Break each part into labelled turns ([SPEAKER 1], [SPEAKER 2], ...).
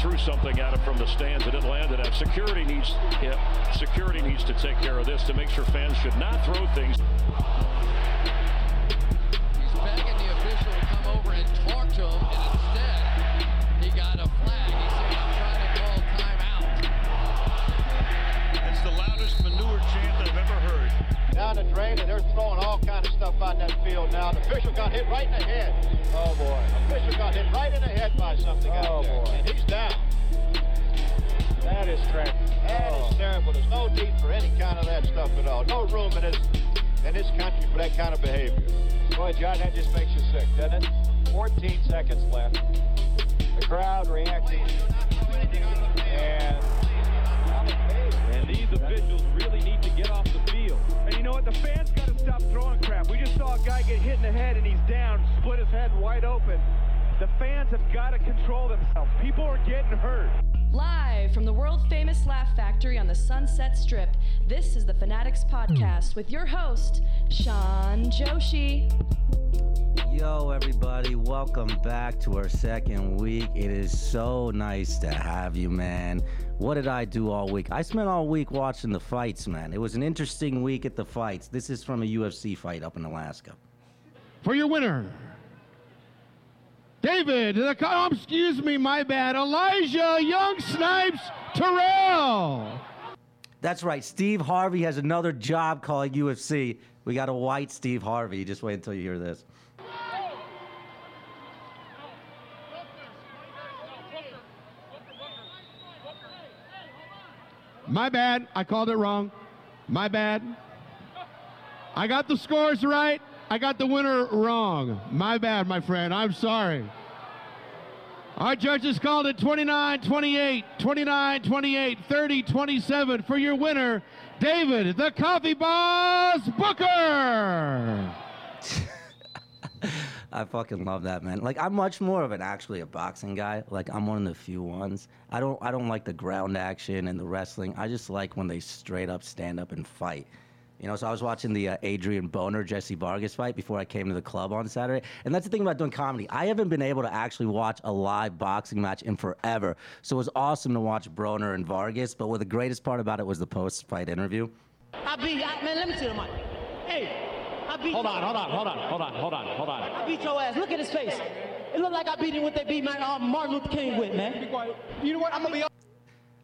[SPEAKER 1] threw something at it from the stands and it landed at security needs yeah, security needs to take care of this to make sure fans should not throw things.
[SPEAKER 2] He's begging the official to come over and talk to him, and instead, he got a flag. He said, I'm trying to call timeout.
[SPEAKER 3] It's the loudest manure chant I've ever heard.
[SPEAKER 4] down the drain, and they're throwing all kind of stuff out in that field now. The official got hit right in the head. Oh boy! Official got hit right in the head by something
[SPEAKER 5] Oh,
[SPEAKER 4] out there,
[SPEAKER 5] boy.
[SPEAKER 4] and he's down.
[SPEAKER 5] That is oh. tragic.
[SPEAKER 4] That is terrible. There's no need for any kind of that stuff at all. No room in this in this country for that kind of behavior.
[SPEAKER 5] Boy, John, that just makes you sick, doesn't it? 14 seconds left. The crowd reacting. And
[SPEAKER 6] And these officials really need to get off the field.
[SPEAKER 7] And you know what? The fans got to stop throwing crap. We just saw a guy get hit in the head and he's down, split his head wide open. The fans have got to control themselves. People are getting hurt.
[SPEAKER 8] Live from the world famous Laugh Factory on the Sunset Strip, this is the Fanatics Podcast with your host, Sean Joshi.
[SPEAKER 9] Yo, everybody, welcome back to our second week. It is so nice to have you, man. What did I do all week? I spent all week watching the fights, man. It was an interesting week at the fights. This is from a UFC fight up in Alaska.
[SPEAKER 10] for your winner, David, the, oh, excuse me, my bad, Elijah Young Snipes Terrell.
[SPEAKER 9] That's right, Steve Harvey has another job calling UFC. We got a white Steve Harvey. Just wait until you hear this.
[SPEAKER 10] My bad, I called it wrong. My bad. I got the scores right. I got the winner wrong. My bad, my friend. I'm sorry. Our judges called it 29 28, 29 28, 30 27 for your winner, David the Coffee Boss Booker.
[SPEAKER 9] I fucking love that man. Like I'm much more of an actually a boxing guy. Like I'm one of the few ones. I don't I don't like the ground action and the wrestling. I just like when they straight up stand up and fight. You know, so I was watching the uh, Adrian Boner Jesse Vargas fight before I came to the club on Saturday, and that's the thing about doing comedy. I haven't been able to actually watch a live boxing match in forever, so it was awesome to watch Broner and Vargas. But what the greatest part about it was the post-fight interview.
[SPEAKER 11] I beat I, man. Let me see the mic. Hey, I beat.
[SPEAKER 3] Hold
[SPEAKER 11] your-
[SPEAKER 3] on, hold on, hold on, hold on, hold on, hold on.
[SPEAKER 11] I beat your ass. Look at his face. It looked like I beat him with they beat my, uh, Martin Luther King with man. You know what? I'm gonna be.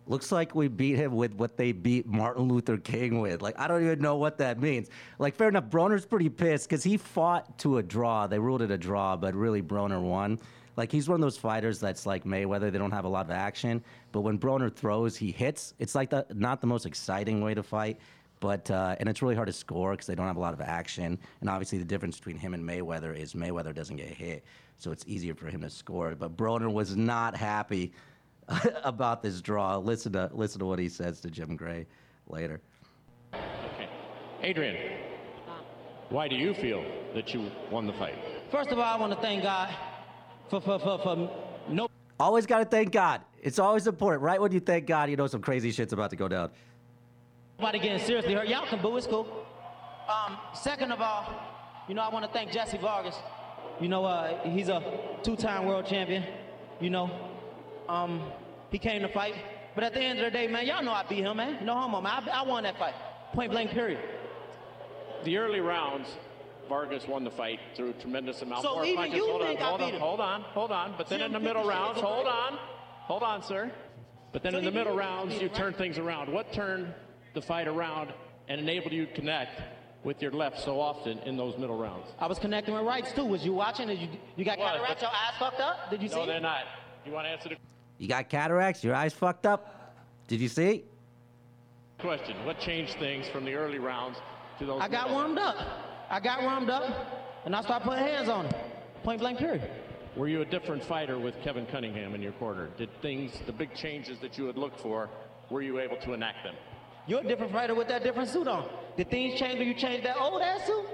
[SPEAKER 9] Looks like we beat him with what they beat Martin Luther King with. Like, I don't even know what that means. Like, fair enough, Broner's pretty pissed because he fought to a draw. They ruled it a draw, but really, Broner won. Like, he's one of those fighters that's like Mayweather. They don't have a lot of action, but when Broner throws, he hits. It's like the, not the most exciting way to fight, but, uh, and it's really hard to score because they don't have a lot of action. And obviously, the difference between him and Mayweather is Mayweather doesn't get hit, so it's easier for him to score. But Broner was not happy about this draw. Listen to listen to what he says to Jim Gray later.
[SPEAKER 3] Adrian, why do you feel that you won the fight?
[SPEAKER 11] First of all, I want to thank God for for for for no.
[SPEAKER 9] Always got to thank God. It's always important, right? When you thank God, you know some crazy shit's about to go down.
[SPEAKER 11] Nobody getting seriously hurt. Y'all can boo. It's cool. Um, second of all, you know I want to thank Jesse Vargas. You know, uh, he's a two-time world champion. You know, um, he came to fight. But at the end of the day, man, y'all know I beat him, man. No homo, man. I, I won that fight. Point blank, period.
[SPEAKER 6] The early rounds, Vargas won the fight through a tremendous amount
[SPEAKER 11] So
[SPEAKER 6] more
[SPEAKER 11] even
[SPEAKER 6] punches.
[SPEAKER 11] you
[SPEAKER 6] hold
[SPEAKER 11] think I
[SPEAKER 6] on, hold
[SPEAKER 11] beat
[SPEAKER 6] on,
[SPEAKER 11] him.
[SPEAKER 6] hold on, hold on. But then
[SPEAKER 11] Jim
[SPEAKER 6] in the
[SPEAKER 11] picked
[SPEAKER 6] middle
[SPEAKER 11] his shit
[SPEAKER 6] rounds,
[SPEAKER 11] up,
[SPEAKER 6] hold
[SPEAKER 11] right?
[SPEAKER 6] on, hold on, sir. But then
[SPEAKER 11] So
[SPEAKER 6] in the
[SPEAKER 11] even
[SPEAKER 6] middle
[SPEAKER 11] you
[SPEAKER 6] rounds,
[SPEAKER 11] beat
[SPEAKER 6] you
[SPEAKER 11] him,
[SPEAKER 6] turn
[SPEAKER 11] right?
[SPEAKER 6] things around. What turned the fight around and enabled you to connect with your left so often in those middle rounds?
[SPEAKER 11] I was connecting with rights too. Was you watching? Did you you Oh, got
[SPEAKER 6] Was,
[SPEAKER 11] cataracts?
[SPEAKER 6] but-
[SPEAKER 11] Your eyes fucked up? Did you see?
[SPEAKER 6] No,
[SPEAKER 11] it?
[SPEAKER 6] they're not. You want to answer the
[SPEAKER 9] You got cataracts. Your eyes fucked up. Did you see?
[SPEAKER 6] question? What changed things from the early rounds to those?
[SPEAKER 11] I got
[SPEAKER 6] middle rounds?
[SPEAKER 11] warmed up. I got warmed up, and I started putting hands on him. Point blank, period.
[SPEAKER 6] Were you a different fighter with Kevin Cunningham in your corner? Did things, the big changes that you had looked for, were you able to enact them?
[SPEAKER 11] You're a different fighter with that different suit on. Did things change when you changed that old ass suit?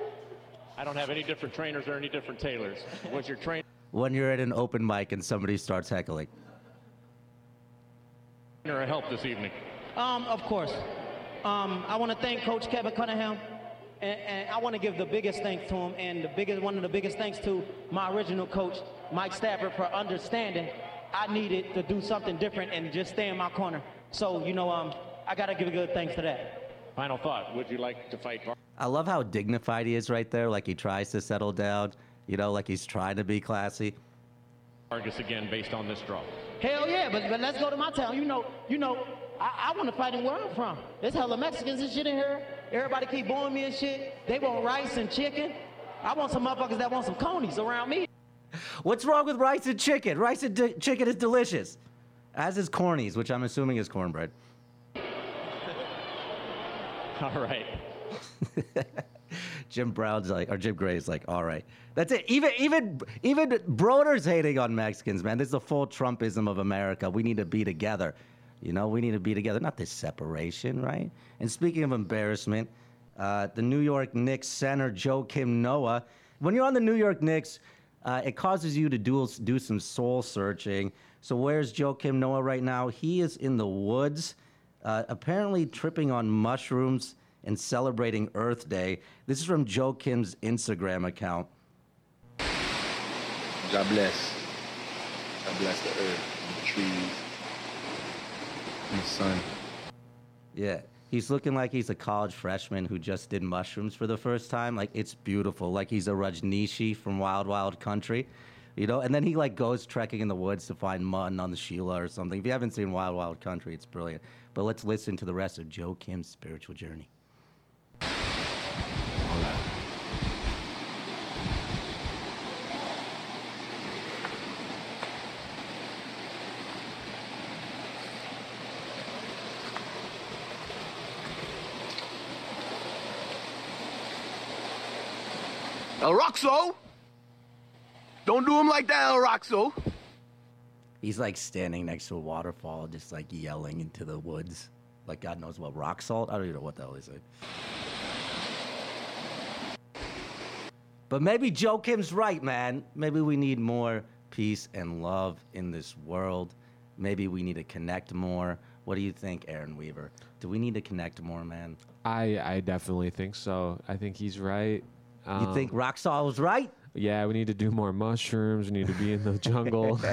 [SPEAKER 6] I don't have any different trainers or any different tailors. Was your trainer
[SPEAKER 9] When you're at an open mic and somebody starts heckling.
[SPEAKER 6] a help this evening?
[SPEAKER 11] Um, of course. Um, I want to thank Coach Kevin Cunningham, and, and I want to give the biggest thanks to him, and the biggest one of the biggest thanks to my original coach, Mike Stafford, for understanding. I needed to do something different and just stay in my corner. So, you know, um, I got to give a good thanks to that.
[SPEAKER 6] Final thought. Would you like to fight Bar-
[SPEAKER 9] I love how dignified he is right there. Like he tries to settle down, you know, like he's trying to be classy.
[SPEAKER 6] Vargas again based on this draw?
[SPEAKER 11] Hell yeah, but, but let's go to my town. You know, you know, I, I want to fight him where I'm from. There's hella Mexicans and shit in here. Everybody keep booing me and shit. They want rice and chicken. I want some motherfuckers that want some conies around me.
[SPEAKER 9] What's wrong with rice and chicken? Rice and di- chicken is delicious, as is cornies, which I'm assuming is cornbread.
[SPEAKER 6] All right.
[SPEAKER 9] Jim Brown's like, or Jim Gray's like, all right, that's it. Even even even Broder's hating on Mexicans, man. This is the full Trumpism of America. We need to be together. You know, we need to be together, not this separation, right? And speaking of embarrassment, uh, the New York Knicks center Joe Kim Noah. When you're on the New York Knicks, uh, it causes you to do do some soul searching. So where's Joe Kim Noah right now? He is in the woods, uh, apparently tripping on mushrooms and celebrating Earth Day. This is from Joe Kim's Instagram account.
[SPEAKER 12] God bless. God bless the earth, and the trees, and the sun.
[SPEAKER 9] Yeah, he's looking like he's a college freshman who just did mushrooms for the first time. Like it's beautiful. Like he's a Rajneeshi from Wild Wild Country. You know, and then he like goes trekking in the woods to find mutton on the Sheila or something. If you haven't seen Wild Wild Country, it's brilliant. But let's listen to the rest of Joe Kim's spiritual journey.
[SPEAKER 12] El Roxo! Don't do him like that, El Roxo!
[SPEAKER 9] He's like standing next to a waterfall, just like yelling into the woods. Like God knows what rock salt. I don't even know what the hell they say. But maybe Joe Kim's right, man. Maybe we need more peace and love in this world. Maybe we need to connect more. What do you think, Aaron Weaver? Do we need to connect more, man?
[SPEAKER 13] I, I definitely think so. I think he's right. Um,
[SPEAKER 9] you think rock salt was right?
[SPEAKER 13] Yeah, we need to do more mushrooms. We need to be in the jungle. We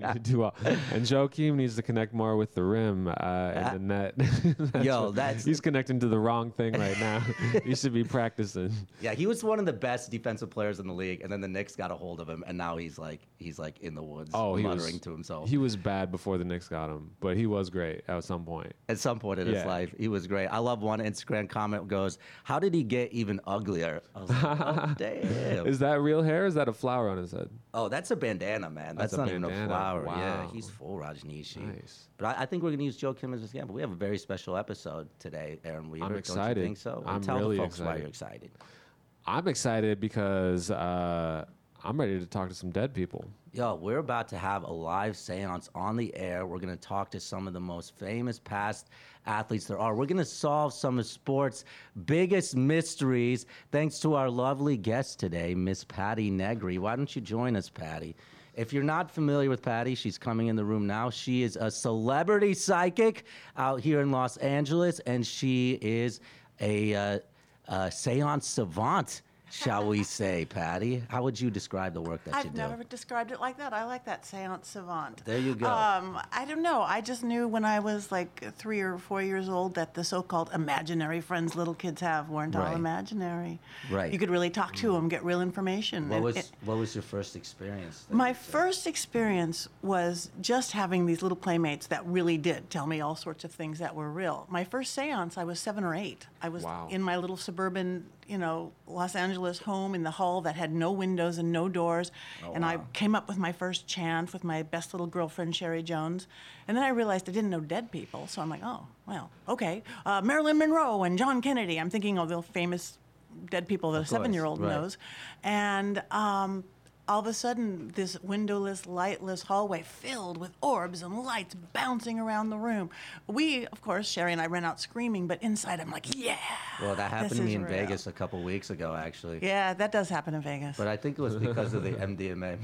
[SPEAKER 13] need to do all- and Joakim needs to connect more with the rim uh, and the net. That's
[SPEAKER 9] Yo,
[SPEAKER 13] what-
[SPEAKER 9] that's-
[SPEAKER 13] he's connecting to the wrong thing right now. he should be practicing.
[SPEAKER 9] Yeah, he was one of the best defensive players in the league, and then the Knicks got a hold of him, and now he's like he's like in the woods,
[SPEAKER 13] Oh, he
[SPEAKER 9] muttering
[SPEAKER 13] was,
[SPEAKER 9] to himself.
[SPEAKER 13] He was bad before the Knicks got him, but he was great at some point.
[SPEAKER 9] At some point in his
[SPEAKER 13] Yeah.
[SPEAKER 9] life, he was great. I love one Instagram comment goes, "How did he get even uglier?" I was like, "Oh, damn!"
[SPEAKER 13] Is that real hair? Or is that a flower on his head?
[SPEAKER 9] Oh, that's a bandana, man. That's,
[SPEAKER 13] That's a
[SPEAKER 9] not even a
[SPEAKER 13] bandana.
[SPEAKER 9] flower. Yeah,
[SPEAKER 13] Wow.
[SPEAKER 9] he's full Rajneeshi. Nice. But I, I think we're gonna use Joe Kim as an example. We have a very special episode today, Aaron Weaver. Don't
[SPEAKER 13] excited.
[SPEAKER 9] you think so?
[SPEAKER 13] I'm
[SPEAKER 9] Tell
[SPEAKER 13] really
[SPEAKER 9] the folks why
[SPEAKER 13] excited.
[SPEAKER 9] you're excited.
[SPEAKER 13] I'm excited because uh, I'm ready to talk to some dead people.
[SPEAKER 9] Yo, we're about to have a live seance on the air. We're going to talk to some of the most famous past athletes there are. We're going to solve some of sports' biggest mysteries thanks to our lovely guest today, Miss Patty Negri. Why don't you join us, Patty? If you're not familiar with Patty, she's coming in the room now. She is a celebrity psychic out here in Los Angeles, and she is a, uh, a seance savant, shall we say, Patty. How would you describe the work that you
[SPEAKER 14] I've
[SPEAKER 9] do?
[SPEAKER 14] never described it like that. I like that seance savant.
[SPEAKER 9] There you go.
[SPEAKER 14] Um, I don't know. I just knew when I was like three or four years old that the so called imaginary friends little kids have weren't
[SPEAKER 9] Right.
[SPEAKER 14] all imaginary.
[SPEAKER 9] Right. Mm.
[SPEAKER 14] You could really talk to them, get real information.
[SPEAKER 9] What
[SPEAKER 14] And
[SPEAKER 9] was
[SPEAKER 14] it-
[SPEAKER 9] what was your first experience?
[SPEAKER 14] my first experience was just having these little playmates that really did tell me all sorts of things that were real. My first seance, I was seven or eight. I was
[SPEAKER 13] Wow.
[SPEAKER 14] in my little suburban, you know, Los Angeles home in the hall that had no windows and no doors.
[SPEAKER 15] Oh,
[SPEAKER 14] and I
[SPEAKER 15] wow.
[SPEAKER 14] came up with my first chant with my best little girlfriend, Sherry Jones. And then I realized I didn't know dead people. So I'm like, oh, well, okay. Uh, Marilyn Monroe and John Kennedy. I'm thinking of the famous dead people that a
[SPEAKER 15] Of course,
[SPEAKER 14] seven year old
[SPEAKER 15] right.
[SPEAKER 14] knows. And um, all of a sudden, this windowless, lightless hallway filled with orbs and lights bouncing around the room. We, of course, Sherry and I ran out screaming, but inside I'm like, yeah.
[SPEAKER 9] Well, that happened
[SPEAKER 14] This
[SPEAKER 9] to me
[SPEAKER 14] is
[SPEAKER 9] in
[SPEAKER 14] real.
[SPEAKER 9] Vegas a couple weeks ago, actually.
[SPEAKER 14] Yeah, that does happen in Vegas.
[SPEAKER 9] But I think it was because of the MDMA.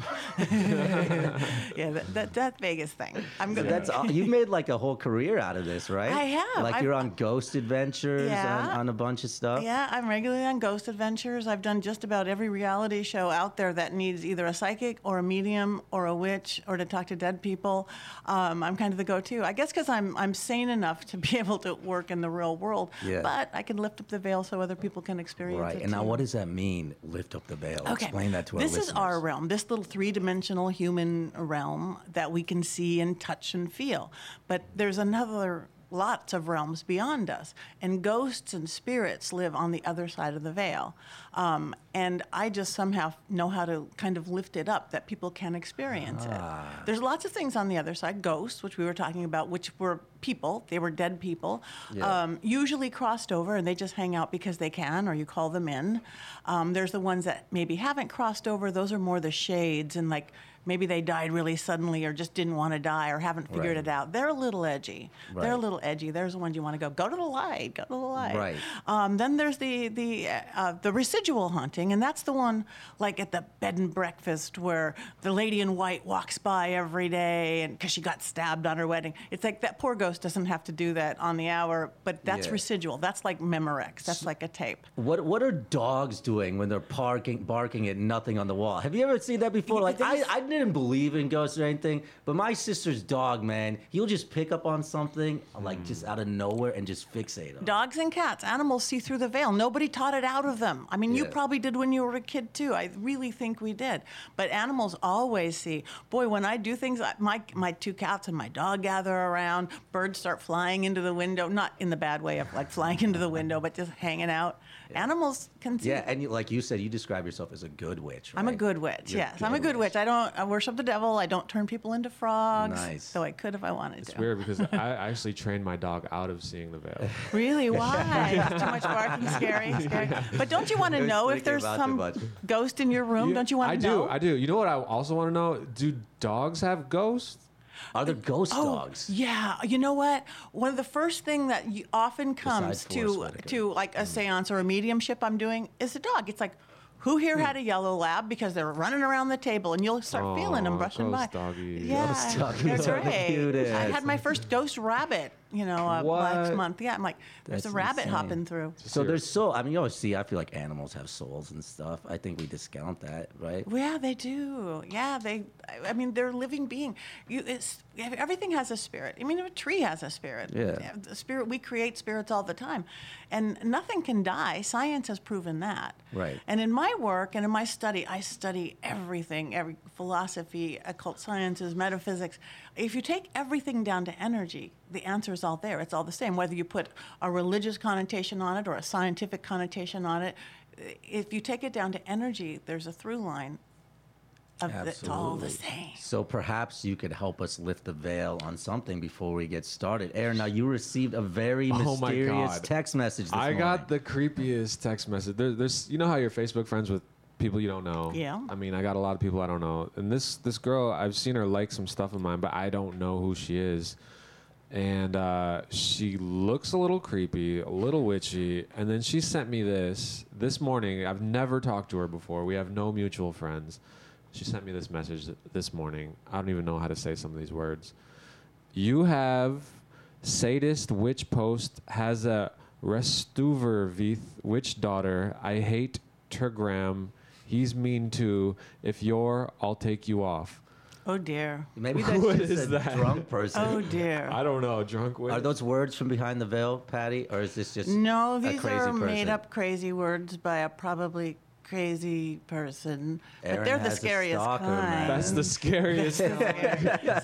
[SPEAKER 14] yeah, that, that, that Vegas thing. I'm
[SPEAKER 9] But
[SPEAKER 14] good.
[SPEAKER 9] That's all, you made like a whole career out of this, right?
[SPEAKER 14] I have.
[SPEAKER 9] Like
[SPEAKER 14] I've-
[SPEAKER 9] you're on Ghost Adventures, on,
[SPEAKER 14] Yeah.
[SPEAKER 9] on a bunch of stuff.
[SPEAKER 14] Yeah, I'm regularly on Ghost Adventures. I've done just about every reality show out there that needs either a psychic or a medium or a witch or to talk to dead people. Um, I'm kind of the go-to. I guess because I'm I'm sane enough to be able to work in the real world.
[SPEAKER 9] Yeah.
[SPEAKER 14] But I can lift up the veil so other people can experience
[SPEAKER 9] Right.
[SPEAKER 14] it.
[SPEAKER 9] And now,
[SPEAKER 14] too.
[SPEAKER 9] what does that mean? Lift up the veil.
[SPEAKER 14] Okay.
[SPEAKER 9] Explain that to our
[SPEAKER 14] This
[SPEAKER 9] listeners.
[SPEAKER 14] is our realm, this little three dimensional human realm that we can see and touch and feel. But there's another lots of realms beyond us and ghosts and spirits live on the other side of the veil um, and i just somehow know how to kind of lift it up that people can experience
[SPEAKER 9] Ah.
[SPEAKER 14] it there's lots of things on the other side ghosts which we were talking about which were people they were dead people
[SPEAKER 15] Yeah.
[SPEAKER 14] um, usually crossed over and they just hang out because they can or you call them in um, there's the ones that maybe haven't crossed over those are more the shades and like maybe they died really suddenly or just didn't want to die or haven't figured
[SPEAKER 9] Right.
[SPEAKER 14] it out they're a little edgy they're a
[SPEAKER 9] Right.
[SPEAKER 14] little edgy there's the ones you want to go go to the light go to the light
[SPEAKER 9] Right.
[SPEAKER 14] um, then there's the the uh, the residual haunting, and that's the one like at the bed and breakfast where the lady in white walks by every day, and because she got stabbed on her wedding, it's like that poor ghost doesn't have to do that on the hour, but that's
[SPEAKER 9] Yeah.
[SPEAKER 14] residual. That's like Memorex. That's like a tape.
[SPEAKER 9] What What are dogs doing when they're parking, barking at nothing on the wall? Have you ever seen that before? Like I, I didn't believe in ghosts or anything, but my sister's dog, man, he'll just pick up on something like just
[SPEAKER 14] Hmm.
[SPEAKER 9] out of nowhere and just fixate on. it.
[SPEAKER 14] Dogs and cats, animals see through the veil. Nobody taught it out of them. I mean, you
[SPEAKER 9] Yeah.
[SPEAKER 14] probably did when you were a kid too. I really think we did. But animals always see. Boy, when I do things, I- my my two cats and my dog gather around. Birds start flying into the window, not in the bad way of like flying into the window, but just hanging out. Animals can see.
[SPEAKER 9] Yeah, and you, like you said, you describe yourself as a good witch.
[SPEAKER 14] I'm a
[SPEAKER 9] right?
[SPEAKER 14] good witch.
[SPEAKER 9] You're
[SPEAKER 14] yes, I'm a good witch. I don't I worship the devil. I don't turn people into frogs.
[SPEAKER 13] Nice.
[SPEAKER 14] So I could if I wanted
[SPEAKER 13] It's
[SPEAKER 14] to.
[SPEAKER 13] weird because I I actually trained my dog out of seeing the veil.
[SPEAKER 14] Really? Why? It's too much barking, scary, scary. But don't you want to
[SPEAKER 13] was
[SPEAKER 14] know if
[SPEAKER 13] thinking
[SPEAKER 14] there's
[SPEAKER 13] about it
[SPEAKER 14] some
[SPEAKER 13] much.
[SPEAKER 14] ghost in your room? Don't you want
[SPEAKER 13] I
[SPEAKER 14] to
[SPEAKER 13] do.
[SPEAKER 14] know?
[SPEAKER 13] I do. You know what? I also want to know: Do dogs have ghosts?
[SPEAKER 9] Are there ghost
[SPEAKER 14] Oh, Yeah, you know what? One of the first thing that you often comes
[SPEAKER 13] Forrest
[SPEAKER 14] to
[SPEAKER 13] Whitaker.
[SPEAKER 14] to like a séance or a mediumship I'm doing is a dog. It's like who
[SPEAKER 13] Mm.
[SPEAKER 14] here had a yellow lab because they're running around the table and you'll start feeling them
[SPEAKER 13] Aw,
[SPEAKER 14] brushing by.
[SPEAKER 13] ghost doggies.
[SPEAKER 14] Yeah,
[SPEAKER 13] Ghost doggies
[SPEAKER 14] they're
[SPEAKER 13] are the
[SPEAKER 14] great. I
[SPEAKER 13] cutest.
[SPEAKER 14] had my first ghost rabbit, you know, uh, last
[SPEAKER 9] What?
[SPEAKER 14] month. Yeah, I'm like, there's
[SPEAKER 9] That's
[SPEAKER 14] a rabbit
[SPEAKER 9] insane.
[SPEAKER 14] hopping through.
[SPEAKER 9] So there's so I mean you always see I feel like animals have souls and stuff. I think we discount that, right?
[SPEAKER 14] Well, Yeah, they do. Yeah, they. I- I mean, they're a living being. You, it's, everything has a spirit. I mean, a tree has a spirit.
[SPEAKER 9] Yeah.
[SPEAKER 14] The spirit. We create spirits all the time, and nothing can die. Science has proven that.
[SPEAKER 9] Right.
[SPEAKER 14] And in my work and in my study, I study everything, every philosophy, occult sciences, metaphysics. If you take everything down to energy, the answer is all there. It's all the same, whether you put a religious connotation on it or a scientific connotation on it. If you take it down to energy, there's a through line of the, it's all the same.
[SPEAKER 9] So perhaps you could help us lift the veil on something before we get started. Aaron, now you received a very
[SPEAKER 13] Oh my
[SPEAKER 9] mysterious
[SPEAKER 13] God.
[SPEAKER 9] text message this
[SPEAKER 13] I
[SPEAKER 9] morning.
[SPEAKER 13] got the creepiest text message. There, there's, you know how you're Facebook friends with people you don't know.
[SPEAKER 14] Yeah.
[SPEAKER 13] I mean, I got a lot of people I don't know, and this this girl, I've seen her like some stuff of mine, but I don't know who she is. And uh, she looks a little creepy, a little witchy, and then she sent me this this morning. I've never talked to her before. We have no mutual friends. She sent me this message th- this morning. I don't even know how to say some of these words. You have sadist witch post has a restuvervith witch daughter. I hate Tergram. He's mean too. If you're, I'll take you off.
[SPEAKER 14] Oh dear.
[SPEAKER 9] Maybe that's
[SPEAKER 13] What
[SPEAKER 9] just
[SPEAKER 13] is
[SPEAKER 9] a
[SPEAKER 13] that?
[SPEAKER 9] drunk person.
[SPEAKER 14] Oh, dear.
[SPEAKER 13] I don't know. Drunk witch.
[SPEAKER 9] Are those words from behind the veil, Patty, or is this just
[SPEAKER 14] No,
[SPEAKER 9] a
[SPEAKER 14] these
[SPEAKER 9] crazy
[SPEAKER 14] are
[SPEAKER 9] person?
[SPEAKER 14] made up crazy words by a probably crazy person.
[SPEAKER 9] Aaron
[SPEAKER 14] but they're the
[SPEAKER 9] has a
[SPEAKER 14] scariest
[SPEAKER 9] stalker, man.
[SPEAKER 14] kind.
[SPEAKER 13] That's the scariest.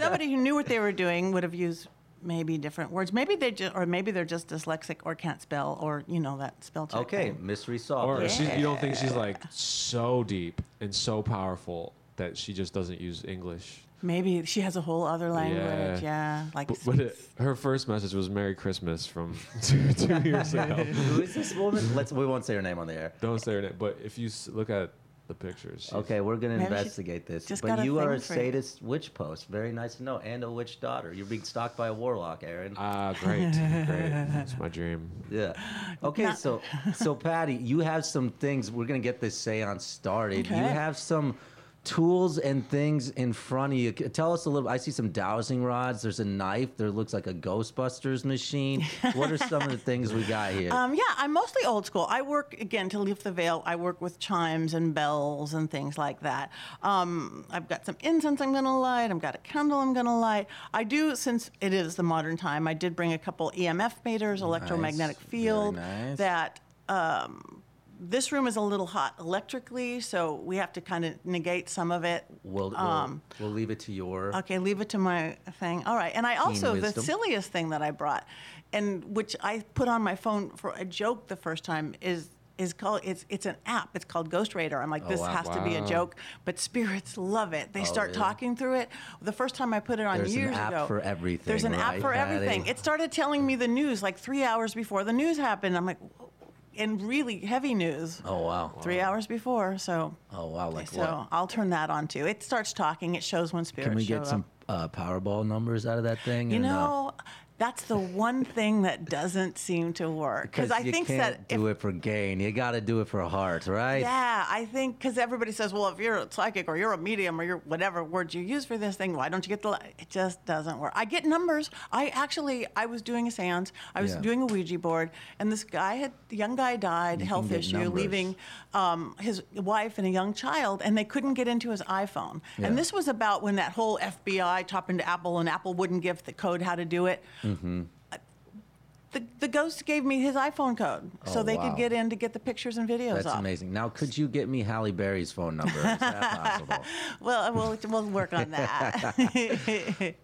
[SPEAKER 14] Somebody who knew what they were doing would have used maybe different words. Maybe they just, or maybe they're just dyslexic or can't spell, or you know that spell check.
[SPEAKER 9] Okay,
[SPEAKER 14] thing.
[SPEAKER 9] mystery solved.
[SPEAKER 13] Or
[SPEAKER 9] Yeah.
[SPEAKER 13] she, you don't think she's like so deep and so powerful that she just doesn't use English.
[SPEAKER 14] Maybe she has a whole other language. Yeah, like
[SPEAKER 13] but, but it, her first message was "Merry Christmas" from two, two years ago.
[SPEAKER 9] Who is this woman? Let's. We won't say her name on the air.
[SPEAKER 13] Don't say her name. But if you s- look at the pictures, she's-
[SPEAKER 9] Okay, we're gonna
[SPEAKER 13] Maybe she
[SPEAKER 9] investigate this.
[SPEAKER 13] just got
[SPEAKER 9] but
[SPEAKER 13] a
[SPEAKER 9] you are
[SPEAKER 13] thing
[SPEAKER 9] a
[SPEAKER 13] for you.
[SPEAKER 9] sadist witch post. Very nice to know, and a witch daughter. You're being stalked by a warlock, Aaron.
[SPEAKER 13] Ah, great, great. That's my dream.
[SPEAKER 9] Yeah. Okay,
[SPEAKER 13] Not-
[SPEAKER 9] so so Patty, you have some things. We're gonna get this seance started. You
[SPEAKER 13] Okay.
[SPEAKER 9] have some tools and things in front of you. C- Tell us a little. I see some dowsing rods. There's a knife. There looks like a Ghostbusters machine. What are some of the things we got here?
[SPEAKER 14] Um, yeah, I'm mostly old school. I work again to lift the veil. I work with chimes and bells and things like that. Um, I've got some incense I'm going to light. I've got a candle I'm going to light. I do since it is the modern time. I did bring a couple EMF meters, electromagnetic
[SPEAKER 9] Nice. Very
[SPEAKER 14] field
[SPEAKER 9] nice.
[SPEAKER 14] that. Um, this room is a little hot electrically, so we have to kind of negate some of it.
[SPEAKER 9] We'll, we'll,
[SPEAKER 14] Um,
[SPEAKER 9] we'll leave it to your.
[SPEAKER 14] Okay, leave it to my thing. All right. And I also, the
[SPEAKER 9] wisdom.
[SPEAKER 14] silliest thing that I brought, and which I put on my phone for a joke the first time, is is called it's it's an app. It's called Ghost Radar. I'm like,
[SPEAKER 15] Oh,
[SPEAKER 14] this
[SPEAKER 15] wow.
[SPEAKER 14] has to be a
[SPEAKER 15] Wow.
[SPEAKER 14] joke, but spirits love it. They
[SPEAKER 9] Oh,
[SPEAKER 14] start
[SPEAKER 9] yeah.
[SPEAKER 14] talking through it. The first time I put it on
[SPEAKER 9] There's
[SPEAKER 14] years
[SPEAKER 9] an app
[SPEAKER 14] ago,
[SPEAKER 9] for everything.
[SPEAKER 14] there's an
[SPEAKER 9] right,
[SPEAKER 14] app for
[SPEAKER 9] Patty?
[SPEAKER 14] everything. It started telling me the news like three hours before the news happened. I'm like, and really heavy news.
[SPEAKER 9] oh wow.
[SPEAKER 14] Three hours before, so
[SPEAKER 9] Oh wow. Like
[SPEAKER 14] so
[SPEAKER 9] what?
[SPEAKER 14] I'll turn that on too. It starts talking. It shows when spirits
[SPEAKER 9] Can we
[SPEAKER 14] show
[SPEAKER 9] get some
[SPEAKER 14] up.
[SPEAKER 9] uh, Powerball numbers out of that thing?
[SPEAKER 14] You
[SPEAKER 9] or no?
[SPEAKER 14] know, that's the one thing that doesn't seem to work. Because I
[SPEAKER 9] you
[SPEAKER 14] think
[SPEAKER 9] can't
[SPEAKER 14] that,
[SPEAKER 9] do it for gain. You got to do it for heart, right?
[SPEAKER 14] yeah, I think because everybody says, well, if you're a psychic or you're a medium or you're whatever word you use for this thing, why don't you get the? li-" It just doesn't work. I get numbers. I actually, I was doing a séance. I was
[SPEAKER 15] Yeah.
[SPEAKER 14] doing a Ouija board, and this guy had the young guy died,
[SPEAKER 15] You
[SPEAKER 14] health
[SPEAKER 15] can get
[SPEAKER 14] issue,
[SPEAKER 15] numbers.
[SPEAKER 14] leaving um, his wife and a young child, and they couldn't get into his iPhone.
[SPEAKER 15] Yeah.
[SPEAKER 14] And this was about when that whole FBI top into Apple, and Apple wouldn't give the code how to do it. Uh,
[SPEAKER 15] Mm-hmm.
[SPEAKER 14] The, the ghost gave me his iPhone code so
[SPEAKER 9] Oh,
[SPEAKER 14] they
[SPEAKER 9] wow.
[SPEAKER 14] could get in to get the pictures and videos
[SPEAKER 9] That's
[SPEAKER 14] off.
[SPEAKER 9] amazing. Now, could you get me Halle Berry's phone number? Is that possible?
[SPEAKER 14] Well, uh, we'll we'll work on that.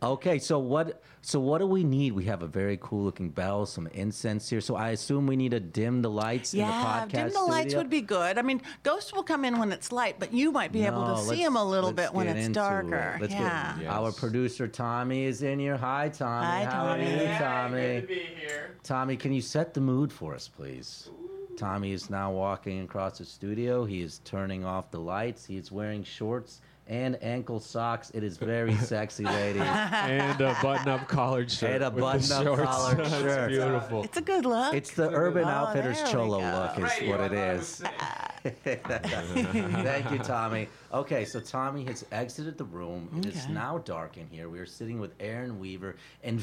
[SPEAKER 9] okay, so what? So what do we need? We have a very cool looking bell, some incense here. So I assume we need to dim the lights
[SPEAKER 14] yeah,
[SPEAKER 9] in the podcast.
[SPEAKER 14] dim the lights
[SPEAKER 9] studio?
[SPEAKER 14] would be good. I mean, ghosts will come in when it's light, but you might be able to
[SPEAKER 9] No,
[SPEAKER 14] see them a
[SPEAKER 9] let's-
[SPEAKER 14] little
[SPEAKER 9] let's
[SPEAKER 14] bit when
[SPEAKER 9] get
[SPEAKER 14] it's
[SPEAKER 9] into
[SPEAKER 14] darker.
[SPEAKER 9] it. Let's get-
[SPEAKER 14] yeah.
[SPEAKER 9] Our producer Tommy is in here. Hi, Tommy.
[SPEAKER 14] Hi,
[SPEAKER 9] How are
[SPEAKER 14] Tommy.
[SPEAKER 9] you,
[SPEAKER 14] Hi,
[SPEAKER 9] Tommy?
[SPEAKER 14] good to
[SPEAKER 9] be here. Tommy, can you set the mood for us, please? Tommy is now walking across the studio. He is turning off the lights. He is wearing shorts and ankle socks. It is very sexy, ladies.
[SPEAKER 13] and a button-up collared shirt.
[SPEAKER 9] And a
[SPEAKER 13] with the
[SPEAKER 9] button-up
[SPEAKER 13] shorts.
[SPEAKER 9] collared
[SPEAKER 13] It's
[SPEAKER 9] shirt.
[SPEAKER 13] beautiful.
[SPEAKER 14] It's a good look.
[SPEAKER 9] It's the Urban
[SPEAKER 14] Oh,
[SPEAKER 9] Outfitters
[SPEAKER 14] there we
[SPEAKER 9] Cholo
[SPEAKER 14] go.
[SPEAKER 9] look, is what it is. Thank you, Tommy. Okay, so Tommy has exited the room. It is
[SPEAKER 16] Okay.
[SPEAKER 9] now dark in here. We are sitting with Aaron Weaver and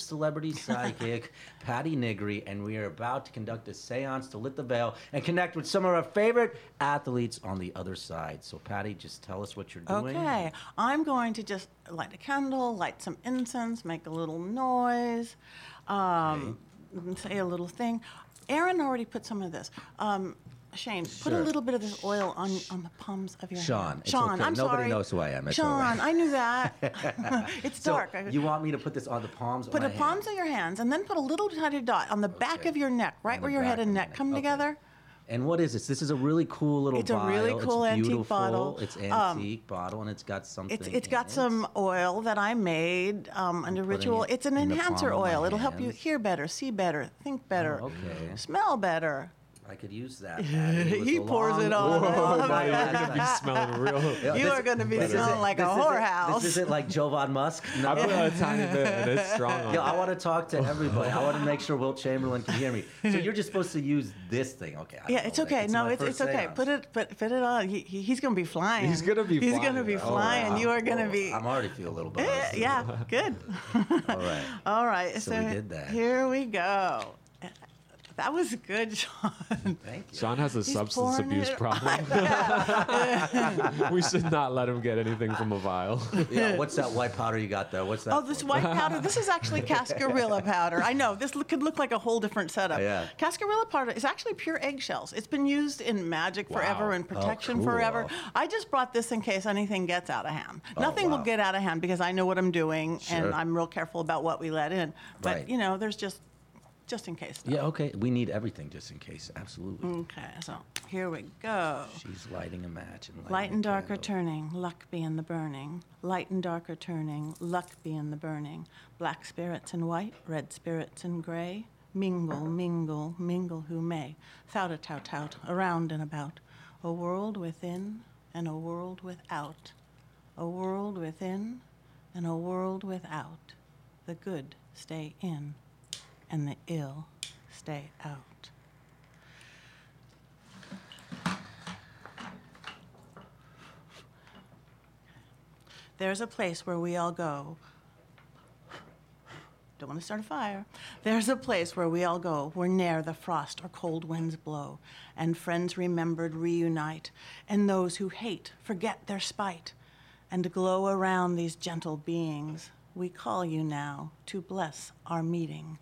[SPEAKER 9] celebrity psychic Patty Nigri, and we are about to conduct a seance to lit the veil and connect with some of our favorite athletes on the other side. So, Patty, just tell us what you're doing.
[SPEAKER 14] Okay, I'm going to just light a candle, light some incense, make a little noise, um, and say a little thing. Aaron already put some of this. Um, Shane, put a
[SPEAKER 9] Sure.
[SPEAKER 14] little bit of this oil on, on the palms of your
[SPEAKER 9] Sean,
[SPEAKER 14] hand.
[SPEAKER 9] it's
[SPEAKER 14] Sean,
[SPEAKER 9] okay.
[SPEAKER 14] I'm
[SPEAKER 9] Nobody
[SPEAKER 14] sorry.
[SPEAKER 9] knows who I am. It's all
[SPEAKER 14] Sean,
[SPEAKER 9] right.
[SPEAKER 14] I knew that. it's
[SPEAKER 9] So,
[SPEAKER 14] dark. I-
[SPEAKER 9] you want me to put this on the palms? of
[SPEAKER 14] Put
[SPEAKER 9] my
[SPEAKER 14] the palms of your hands, and then put a little tiny dot on the back of your neck, right
[SPEAKER 9] the
[SPEAKER 14] where your
[SPEAKER 9] back
[SPEAKER 14] head
[SPEAKER 9] of
[SPEAKER 14] and
[SPEAKER 9] my
[SPEAKER 14] neck come together.
[SPEAKER 9] And what is this? This is a really cool little
[SPEAKER 14] It's a
[SPEAKER 9] bottle.
[SPEAKER 14] really cool
[SPEAKER 9] it's
[SPEAKER 14] antique
[SPEAKER 9] beautiful.
[SPEAKER 14] bottle.
[SPEAKER 9] It's
[SPEAKER 14] Um,
[SPEAKER 9] antique bottle, and it's got something.
[SPEAKER 14] It's it's got some oil that I made um, under
[SPEAKER 9] putting
[SPEAKER 14] ritual.
[SPEAKER 9] it
[SPEAKER 14] It's an
[SPEAKER 9] in the
[SPEAKER 14] enhancer
[SPEAKER 9] palm of my
[SPEAKER 14] oil. It'll help you
[SPEAKER 9] hands. Oh,
[SPEAKER 14] hear better, see better, think better,
[SPEAKER 9] okay.
[SPEAKER 14] smell better.
[SPEAKER 9] I could use that. Patty. It was
[SPEAKER 14] He
[SPEAKER 9] a
[SPEAKER 14] pours it
[SPEAKER 9] long-
[SPEAKER 14] all Whoa, over. now
[SPEAKER 13] Oh, you're gonna be smelling real-
[SPEAKER 9] Oh, Yeah,
[SPEAKER 14] You
[SPEAKER 9] this-
[SPEAKER 14] are gonna be
[SPEAKER 9] this
[SPEAKER 14] smelling
[SPEAKER 9] isn't-
[SPEAKER 14] like a
[SPEAKER 9] this isn't-
[SPEAKER 14] whorehouse.
[SPEAKER 9] This isn't like Jovan Musk. No.
[SPEAKER 13] I put a tiny bit, and it's strong on
[SPEAKER 9] Yo,
[SPEAKER 13] it.
[SPEAKER 9] I want to talk to everybody. I want to make sure Wilt Chamberlain can hear me. So you're just supposed to use this thing, okay? I
[SPEAKER 14] Yeah,
[SPEAKER 9] don't
[SPEAKER 14] it's
[SPEAKER 9] know that.
[SPEAKER 14] okay. no,
[SPEAKER 9] my
[SPEAKER 14] it's,
[SPEAKER 9] first
[SPEAKER 14] it's okay.
[SPEAKER 9] seance.
[SPEAKER 14] Put it put put it on. He, he, he's gonna be flying.
[SPEAKER 9] He's gonna be
[SPEAKER 14] He's
[SPEAKER 9] flying.
[SPEAKER 14] gonna be
[SPEAKER 9] Oh,
[SPEAKER 14] flying.
[SPEAKER 9] wow.
[SPEAKER 14] You are gonna
[SPEAKER 9] Oh,
[SPEAKER 14] be.
[SPEAKER 9] I'm already feel a little bit.
[SPEAKER 14] Eh, yeah, good.
[SPEAKER 9] All right.
[SPEAKER 14] All right.
[SPEAKER 9] So
[SPEAKER 14] So,
[SPEAKER 9] we did that.
[SPEAKER 14] Here we go. That was good, Sean.
[SPEAKER 13] Sean has a
[SPEAKER 14] He's
[SPEAKER 13] substance
[SPEAKER 14] pouring
[SPEAKER 13] abuse
[SPEAKER 14] it-
[SPEAKER 13] problem. we should not let him get anything from a vial.
[SPEAKER 9] Yeah, what's that white powder you got there? What's that?
[SPEAKER 14] Oh, this white powder. This is actually cascarilla powder. I know this look, could look like a whole different setup.
[SPEAKER 9] Yeah.
[SPEAKER 14] Cascarilla powder is actually pure eggshells. It's been used in magic forever
[SPEAKER 9] Wow.
[SPEAKER 14] and
[SPEAKER 9] Oh,
[SPEAKER 14] protection
[SPEAKER 9] cool.
[SPEAKER 14] forever. I just brought this in case anything gets out of hand.
[SPEAKER 9] Oh,
[SPEAKER 14] Nothing
[SPEAKER 9] wow.
[SPEAKER 14] will get out of hand because I know what I'm doing
[SPEAKER 9] Sure.
[SPEAKER 14] and I'm real careful about what we let in. But
[SPEAKER 9] Right.
[SPEAKER 14] you know, there's just just in case.
[SPEAKER 9] Yeah, okay. We need everything just in case. Absolutely.
[SPEAKER 14] Okay, so here we go.
[SPEAKER 9] She's lighting a match. And lighting
[SPEAKER 14] Light
[SPEAKER 9] a
[SPEAKER 14] and darker turning, luck be in the burning. Light and darker turning, luck be in the burning. Black spirits and white, red spirits and gray. Mingle, mingle, mingle who may. Thouta tout tout, around and about. A world within and a world without. A world within and a world without. The good stay in and the ill stay out. There's a place where we all go. Don't want to start a fire. There's a place where we all go, where ne'er the frost or cold winds blow, and friends remembered reunite, and those who hate forget their spite, and glow around these gentle beings. We call you now to bless our meeting.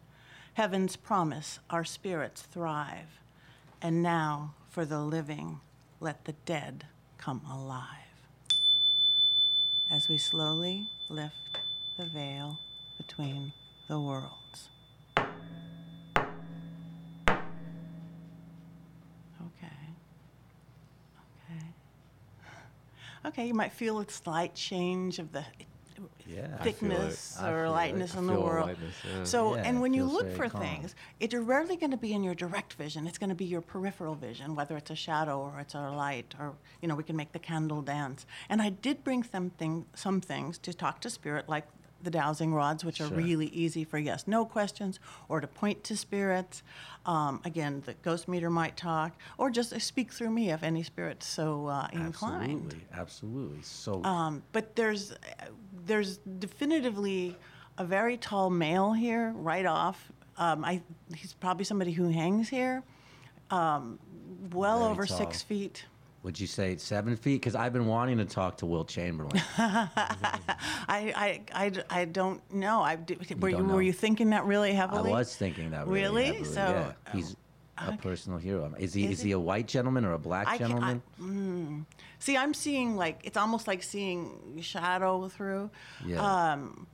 [SPEAKER 14] Heaven's promise, our spirits thrive. And now, for the living, let the dead come alive. As we slowly lift the veil between the worlds. Okay. Okay. Okay, you might feel a slight change of the
[SPEAKER 9] Yeah, I feel
[SPEAKER 14] thickness
[SPEAKER 9] it. I
[SPEAKER 14] or
[SPEAKER 9] feel it.
[SPEAKER 14] lightness
[SPEAKER 9] I
[SPEAKER 14] in the
[SPEAKER 9] feel a
[SPEAKER 14] world.
[SPEAKER 9] lightness, yeah.
[SPEAKER 14] So,
[SPEAKER 9] Yeah,
[SPEAKER 14] and
[SPEAKER 9] it
[SPEAKER 14] when you
[SPEAKER 9] feels
[SPEAKER 14] look
[SPEAKER 9] very
[SPEAKER 14] for
[SPEAKER 9] calm.
[SPEAKER 14] things, it's rarely going to be in your direct vision. It's going to be your peripheral vision, whether it's a shadow or it's a light, or you know, we can make the candle dance. And I did bring something, some things to talk to spirit, like the dowsing rods, which are
[SPEAKER 15] Sure.
[SPEAKER 14] really easy for yes, no questions, or to point to spirits. Um, again, the ghost meter might talk, or just speak through me if any spirit's so uh, inclined.
[SPEAKER 9] Absolutely, absolutely. So
[SPEAKER 14] Um, but there's uh, there's definitively a very tall male here right off. Um, I he's probably somebody who hangs here, um, well
[SPEAKER 9] Very
[SPEAKER 14] over six
[SPEAKER 9] tall.
[SPEAKER 14] feet.
[SPEAKER 9] would you say seven feet? Because I've been wanting to talk to Will Chamberlain. Mm.
[SPEAKER 14] I I, I, d- I don't know. I d- were you,
[SPEAKER 9] don't know.
[SPEAKER 14] were you thinking that really
[SPEAKER 9] I
[SPEAKER 14] heavily?
[SPEAKER 9] was thinking that really.
[SPEAKER 14] Really?
[SPEAKER 9] heavily,
[SPEAKER 14] So, uh,
[SPEAKER 9] yeah. he's a personal hero. Is he?
[SPEAKER 14] Is
[SPEAKER 9] Is,
[SPEAKER 14] he-
[SPEAKER 9] he a white gentleman or a black
[SPEAKER 14] I ca- I-
[SPEAKER 9] gentleman?
[SPEAKER 14] mm. See, I'm seeing like it's almost like seeing shadow through.
[SPEAKER 9] Yeah.
[SPEAKER 14] Um,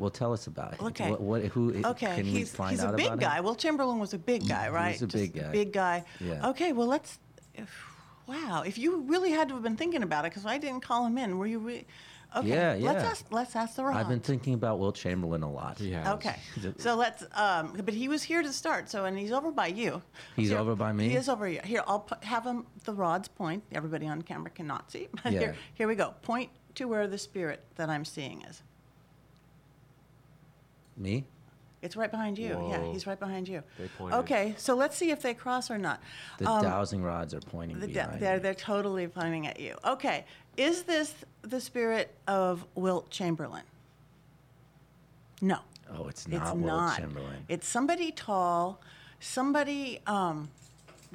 [SPEAKER 9] well, tell us about it.
[SPEAKER 14] Okay.
[SPEAKER 9] What, what, who?
[SPEAKER 14] Okay,
[SPEAKER 9] Can we
[SPEAKER 14] he's,
[SPEAKER 9] find
[SPEAKER 14] he's
[SPEAKER 9] out
[SPEAKER 14] a big
[SPEAKER 9] about
[SPEAKER 14] guy.
[SPEAKER 9] him?
[SPEAKER 14] Well, Chamberlain was a big guy,
[SPEAKER 9] was
[SPEAKER 14] right?
[SPEAKER 9] a
[SPEAKER 14] Just
[SPEAKER 9] big guy.
[SPEAKER 14] Big guy.
[SPEAKER 9] Yeah.
[SPEAKER 14] Okay, well, let's. Wow, if you really had to have been thinking about it, because I didn't call him in. Were you? Re- okay.
[SPEAKER 9] Yeah,
[SPEAKER 14] Let's
[SPEAKER 9] yeah.
[SPEAKER 14] ask. Let's ask the
[SPEAKER 9] I've
[SPEAKER 14] Ron.
[SPEAKER 9] been thinking about Will Chamberlain a lot. Yeah.
[SPEAKER 14] Okay, so let's. Um, but he was here to start. So, and he's over by you.
[SPEAKER 9] He's over by me.
[SPEAKER 14] He is over here. Here, I'll put, have him the rods point. Everybody on camera cannot see, but
[SPEAKER 9] Yeah.
[SPEAKER 14] here, here we go. Point to where the spirit that I'm seeing is.
[SPEAKER 9] Me?
[SPEAKER 14] It's right behind you. Yeah,
[SPEAKER 9] Whoa.
[SPEAKER 14] he's right behind you.
[SPEAKER 9] They pointed.
[SPEAKER 14] Okay, so let's see if they cross or not.
[SPEAKER 9] The
[SPEAKER 14] Um,
[SPEAKER 9] dowsing rods are pointing
[SPEAKER 14] the-
[SPEAKER 9] behind.
[SPEAKER 14] they're, they're totally pointing at you. Okay, is this the spirit of Wilt Chamberlain? No,
[SPEAKER 9] oh, it's
[SPEAKER 14] it's
[SPEAKER 9] not Will
[SPEAKER 14] not.
[SPEAKER 9] Chamberlain.
[SPEAKER 14] It's somebody tall, somebody, um,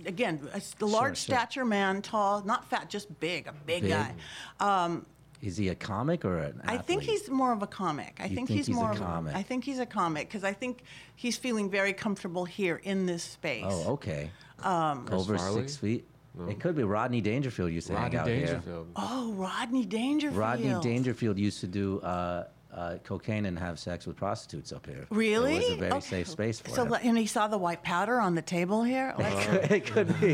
[SPEAKER 14] again, a s- large
[SPEAKER 9] sure.
[SPEAKER 14] stature man, tall, not fat, just big, a big,
[SPEAKER 9] Big.
[SPEAKER 14] guy. Um,
[SPEAKER 9] Is he a comic or an
[SPEAKER 14] I
[SPEAKER 9] athlete?
[SPEAKER 14] think he's more of a comic. I
[SPEAKER 9] You
[SPEAKER 14] think,
[SPEAKER 9] think
[SPEAKER 14] he's,
[SPEAKER 9] he's a
[SPEAKER 14] more
[SPEAKER 9] comic?
[SPEAKER 14] Of, I think he's a comic because I think he's feeling very comfortable here in this space.
[SPEAKER 9] Oh, okay.
[SPEAKER 14] Um,
[SPEAKER 9] Over six feet. It could be Rodney Dangerfield used to hang
[SPEAKER 13] Rodney
[SPEAKER 9] out
[SPEAKER 13] Dangerfield.
[SPEAKER 14] Oh, Rodney Dangerfield.
[SPEAKER 9] here. Rodney Dangerfield used to do uh, uh, cocaine and have sex with prostitutes up here.
[SPEAKER 14] Really?
[SPEAKER 9] It was a very
[SPEAKER 14] Okay.
[SPEAKER 9] safe space for
[SPEAKER 14] So,
[SPEAKER 9] him.
[SPEAKER 14] le- and he saw the white powder on the table here. Let's-
[SPEAKER 9] it could be.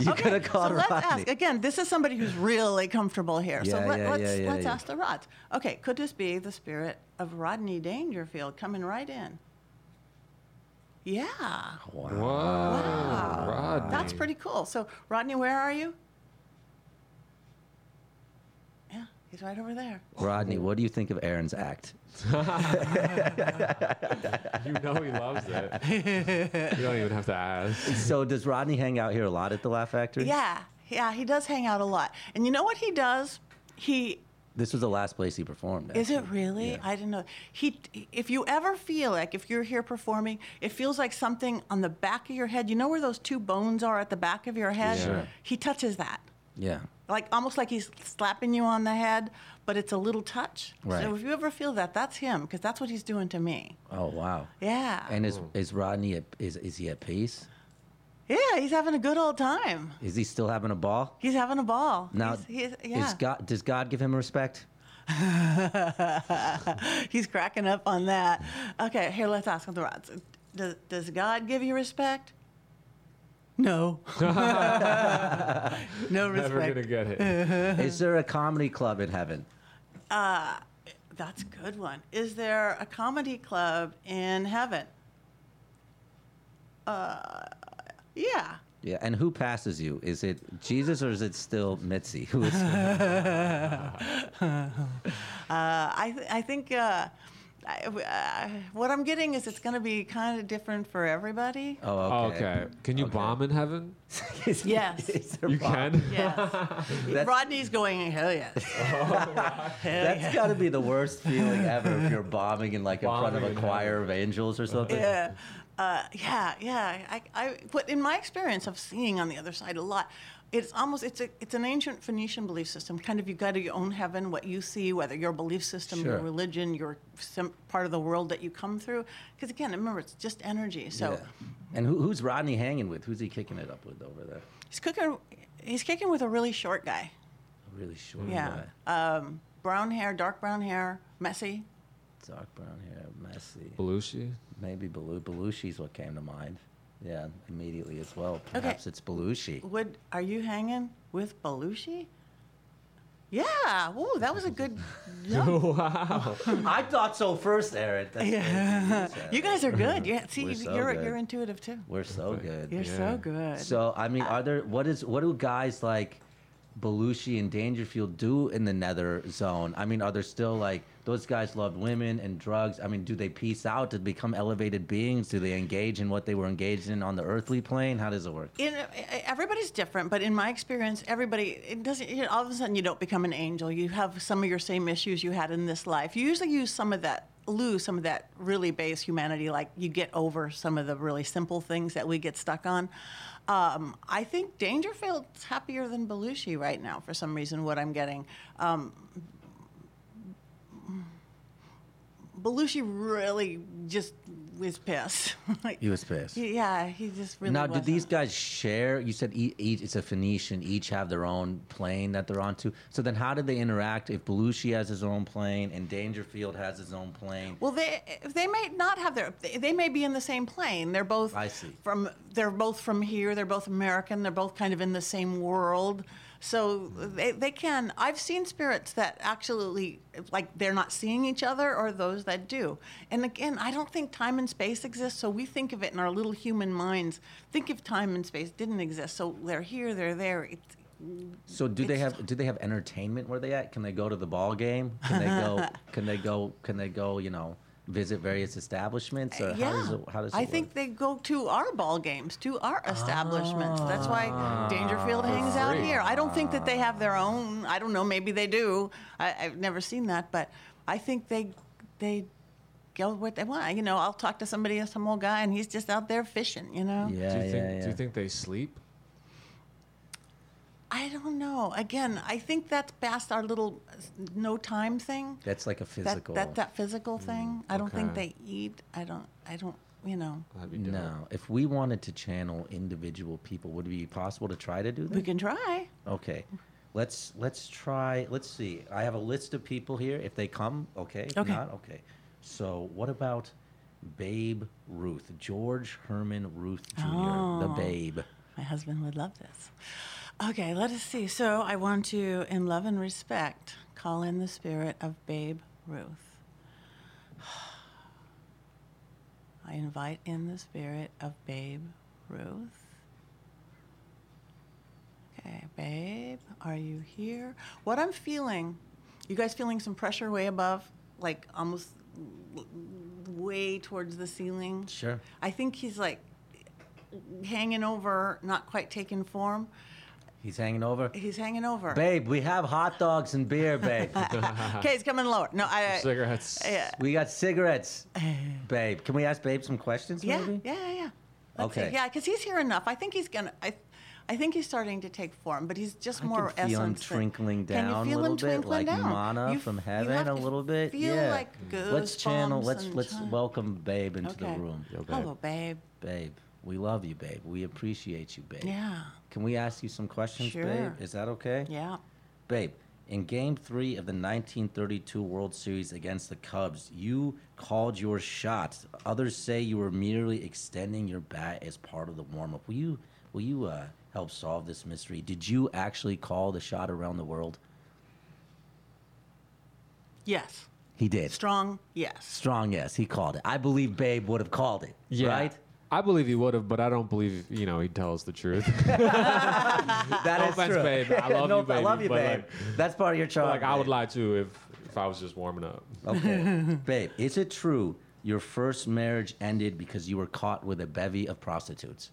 [SPEAKER 9] you could have called
[SPEAKER 14] so let's
[SPEAKER 9] Rodney.
[SPEAKER 14] ask again. This is somebody who's really comfortable here. so
[SPEAKER 9] Yeah,
[SPEAKER 14] let,
[SPEAKER 9] yeah,
[SPEAKER 14] let's
[SPEAKER 9] yeah, yeah,
[SPEAKER 14] let's
[SPEAKER 9] yeah.
[SPEAKER 14] ask the rods. Okay, could this be the spirit of Rodney Dangerfield coming right in? Yeah,
[SPEAKER 13] Wow. wow. Rodney.
[SPEAKER 14] Oh, that's pretty cool. So Rodney, where are you? Yeah, he's right over there.
[SPEAKER 9] Rodney, what do you think of Aaron's act?
[SPEAKER 13] you know he loves it. you don't even have to ask.
[SPEAKER 9] so does Rodney hang out here a lot at the Laugh Factory?
[SPEAKER 14] Yeah, yeah, he does hang out a lot. And you know what he does? He
[SPEAKER 9] This was the last place he performed. at.
[SPEAKER 14] Is it really? I didn't know. He, if you ever feel like if you're here performing, it feels like something on the back of your head. You know where those two bones are at the back of your head?
[SPEAKER 9] Yeah. Sure.
[SPEAKER 14] He touches that,
[SPEAKER 9] Yeah.
[SPEAKER 14] like almost like he's slapping you on the head, but it's a little touch.
[SPEAKER 9] Right.
[SPEAKER 14] So if you ever feel that, that's him because that's what he's doing to me.
[SPEAKER 9] Oh wow.
[SPEAKER 14] Yeah.
[SPEAKER 9] And
[SPEAKER 13] Oh.
[SPEAKER 9] is is Rodney at, is is he at peace?
[SPEAKER 14] Yeah, he's having a good old time.
[SPEAKER 9] Is he still having a ball?
[SPEAKER 14] He's having a ball.
[SPEAKER 9] Now,
[SPEAKER 14] He's- he's-
[SPEAKER 9] is God does God give him respect?
[SPEAKER 14] He's cracking up on that. Okay, here, let's ask him the rods. Does, does God give you respect? No. no respect.
[SPEAKER 9] Never gonna
[SPEAKER 13] get
[SPEAKER 9] it.
[SPEAKER 14] Uh-huh.
[SPEAKER 9] is there a comedy club in heaven?
[SPEAKER 14] Uh, that's a good one. Is there a comedy club in heaven? Uh, yeah.
[SPEAKER 9] Yeah, and who passes you? Is it Jesus or is it still Mitzi? Who is
[SPEAKER 14] Uh, I, th- I think uh, I, uh, what I'm getting is it's going to be kind of different for everybody.
[SPEAKER 9] Oh, okay.
[SPEAKER 13] okay. Can you bomb in heaven?
[SPEAKER 14] Yes.
[SPEAKER 13] you can.
[SPEAKER 14] Yes. Rodney's going, hell yes.
[SPEAKER 9] Oh, That's got to be the worst feeling ever if you're bombing in like in front of a choir of angels or something.
[SPEAKER 14] Yeah. Uh, yeah, yeah. I, I, but in my experience of seeing on the other side a lot, it's almost it's a it's an ancient Phoenician belief system. Kind of you got your own heaven, what you see, whether your belief system, your
[SPEAKER 9] Sure.
[SPEAKER 14] religion, your some part of the world that you come through. Because again, remember, it's just energy. So
[SPEAKER 9] Yeah. And who, who's Rodney hanging with? Who's he kicking it up with over there?
[SPEAKER 14] he's cooking. He's kicking with a really short guy.
[SPEAKER 9] Really short.
[SPEAKER 14] Yeah.
[SPEAKER 9] guy.
[SPEAKER 14] Um, brown hair, dark brown hair, messy.
[SPEAKER 9] Dark brown hair, messy.
[SPEAKER 13] Belushi?
[SPEAKER 9] Maybe Belu- Belushi's what came to mind. Yeah, immediately as well. Perhaps it's Belushi.
[SPEAKER 14] Would are you hanging with Belushi? Yeah. Whoa, that was a good.
[SPEAKER 9] wow. I thought so first, Aaron. That's
[SPEAKER 14] yeah.
[SPEAKER 9] crazy.
[SPEAKER 14] You guys are good. Yeah. See,
[SPEAKER 9] We're
[SPEAKER 14] you-
[SPEAKER 9] so
[SPEAKER 14] you're
[SPEAKER 9] good.
[SPEAKER 14] you're intuitive too.
[SPEAKER 9] We're so good.
[SPEAKER 14] You're so Yeah. good.
[SPEAKER 9] So I mean, are there what is what do guys like Belushi and Dangerfield do in the nether zone? I mean, are there still like those guys love women and drugs? I mean, do they peace out to become elevated beings? Do they engage in what they were engaged in on the earthly plane? How does it work?
[SPEAKER 14] In, e, everybody's different, but in my experience, everybody it doesn't. You know, all of a sudden, you don't become an angel. You have some of your same issues you had in this life. You usually use some of that, lose some of that really base humanity. Like you get over some of the really simple things that we get stuck on. Um, I think Dangerfield's happier than Belushi right now for some reason. What I'm getting, um, Belushi really just was pissed. Like,
[SPEAKER 9] He was pissed.
[SPEAKER 14] yeah, he just really.
[SPEAKER 9] now,
[SPEAKER 14] wasn't.
[SPEAKER 9] do these guys share? You said each, each it's a Phoenician, each have their own plane that they're onto. So then, how do they interact if Belushi has his own plane and Dangerfield has his own plane?
[SPEAKER 14] Well, they they may not have their they- they may be in the same plane. They're both
[SPEAKER 9] I see.
[SPEAKER 14] from they're both from here. They're both American. They're both kind of in the same world. So they, they can. I've seen spirits that actually like they're not seeing each other, or those that do. And again, I don't think time and space exist. So we think of it in our little human minds. Think if time and space didn't exist. So they're here. They're there. It's,
[SPEAKER 9] So do they
[SPEAKER 14] it's-
[SPEAKER 9] have do they have entertainment where they at? Can they go to the ball game? Can they go? can they go? Can they go? You know, visit various establishments. Or
[SPEAKER 14] yeah,
[SPEAKER 9] how does it, how does it
[SPEAKER 14] I
[SPEAKER 9] work?
[SPEAKER 14] think they go to our ball games, to our establishments. That's why Dangerfield
[SPEAKER 9] Ah,
[SPEAKER 14] hangs out
[SPEAKER 9] great.
[SPEAKER 14] here. I don't think that they have their own. I don't know. Maybe they do. I, I've never seen that, but I think they they go what they want. You know, I'll talk to somebody, some old guy, and he's just out there fishing. You know.
[SPEAKER 13] do you think, Do you think they sleep?
[SPEAKER 14] I don't know. Again, I think that's past our little uh, no time thing.
[SPEAKER 9] that's like a physical. Mm,
[SPEAKER 14] That that, that physical thing. I don't think
[SPEAKER 9] okay.
[SPEAKER 14] they eat. I don't. I don't. You know.
[SPEAKER 9] no, if we wanted to channel individual people, would it be possible to try to do that?
[SPEAKER 14] We can try.
[SPEAKER 9] Okay. Let's let's try. Let's see. I have a list of people here. If they come, okay. If
[SPEAKER 14] Okay.
[SPEAKER 9] Not okay. So what about Babe Ruth, George Herman Ruth Jr., the
[SPEAKER 14] Oh.
[SPEAKER 9] Babe?
[SPEAKER 14] My husband would love this. Okay, let us see. So I want to, in love and respect, call in the spirit of Babe Ruth. I invite in the spirit of Babe Ruth. Okay, babe, are you here? What I'm feeling, you guys feeling some pressure way above, like almost w- w- way towards the ceiling?
[SPEAKER 9] Sure.
[SPEAKER 14] I think he's like hanging over, not quite taking form.
[SPEAKER 9] He's hanging over.
[SPEAKER 14] He's hanging over.
[SPEAKER 9] Babe, we have hot dogs and beer, babe.
[SPEAKER 14] Uh, Okay, he's coming lower. No, I. uh,
[SPEAKER 13] Cigarettes.
[SPEAKER 14] Yeah.
[SPEAKER 9] We got cigarettes, babe. Can we ask babe some questions?
[SPEAKER 14] uh, Yeah,
[SPEAKER 9] Maybe?
[SPEAKER 14] yeah, yeah, yeah. Let's see.
[SPEAKER 9] Okay.
[SPEAKER 14] Yeah, because he's here enough. I think he's gonna. I, I think he's starting to take form, but he's just
[SPEAKER 9] I
[SPEAKER 14] more
[SPEAKER 9] can feel him
[SPEAKER 14] essence. than-
[SPEAKER 9] trinkling
[SPEAKER 14] Can you
[SPEAKER 9] down a
[SPEAKER 14] feel him
[SPEAKER 9] little bit,
[SPEAKER 14] twinkling
[SPEAKER 9] like
[SPEAKER 14] down?
[SPEAKER 9] mana
[SPEAKER 14] You
[SPEAKER 9] from
[SPEAKER 14] f- you
[SPEAKER 9] heaven
[SPEAKER 14] have
[SPEAKER 9] a
[SPEAKER 14] to
[SPEAKER 9] little bit.
[SPEAKER 14] feel
[SPEAKER 9] yeah.
[SPEAKER 14] like
[SPEAKER 9] let's channel.
[SPEAKER 14] goosebumps
[SPEAKER 9] Let's
[SPEAKER 14] and
[SPEAKER 9] let's
[SPEAKER 14] channel.
[SPEAKER 9] welcome babe into
[SPEAKER 14] Okay.
[SPEAKER 9] the room.
[SPEAKER 14] Hello, babe.
[SPEAKER 9] Babe, we love you, babe. We appreciate you, babe.
[SPEAKER 14] Yeah.
[SPEAKER 9] Can we ask you some questions, babe?
[SPEAKER 14] Sure.
[SPEAKER 9] Is that okay?
[SPEAKER 14] Yeah.
[SPEAKER 9] Babe, in game three of the 1932 World Series against the Cubs, you called your shots. Others say you were merely extending your bat as part of the warm up. Will you, will you uh, help solve this mystery? Did you actually call the shot around the world?
[SPEAKER 14] Yes.
[SPEAKER 9] He did.
[SPEAKER 14] Strong. Yes.
[SPEAKER 9] Strong, yes. He called it. I believe Babe would have called it.
[SPEAKER 13] Yeah.
[SPEAKER 9] Right?
[SPEAKER 13] I believe he would have, but I don't believe you know he tells the truth.
[SPEAKER 9] That
[SPEAKER 13] no
[SPEAKER 9] is
[SPEAKER 13] offense,
[SPEAKER 9] true.
[SPEAKER 13] babe. I love
[SPEAKER 9] No,
[SPEAKER 13] you, baby.
[SPEAKER 9] I love you,
[SPEAKER 13] but,
[SPEAKER 9] babe.
[SPEAKER 13] Like,
[SPEAKER 9] That's part of your charm.
[SPEAKER 13] like I would
[SPEAKER 9] babe.
[SPEAKER 13] lie too if if I was just warming up.
[SPEAKER 9] Okay. Babe, is it true your first marriage ended because you were caught with a bevy of prostitutes?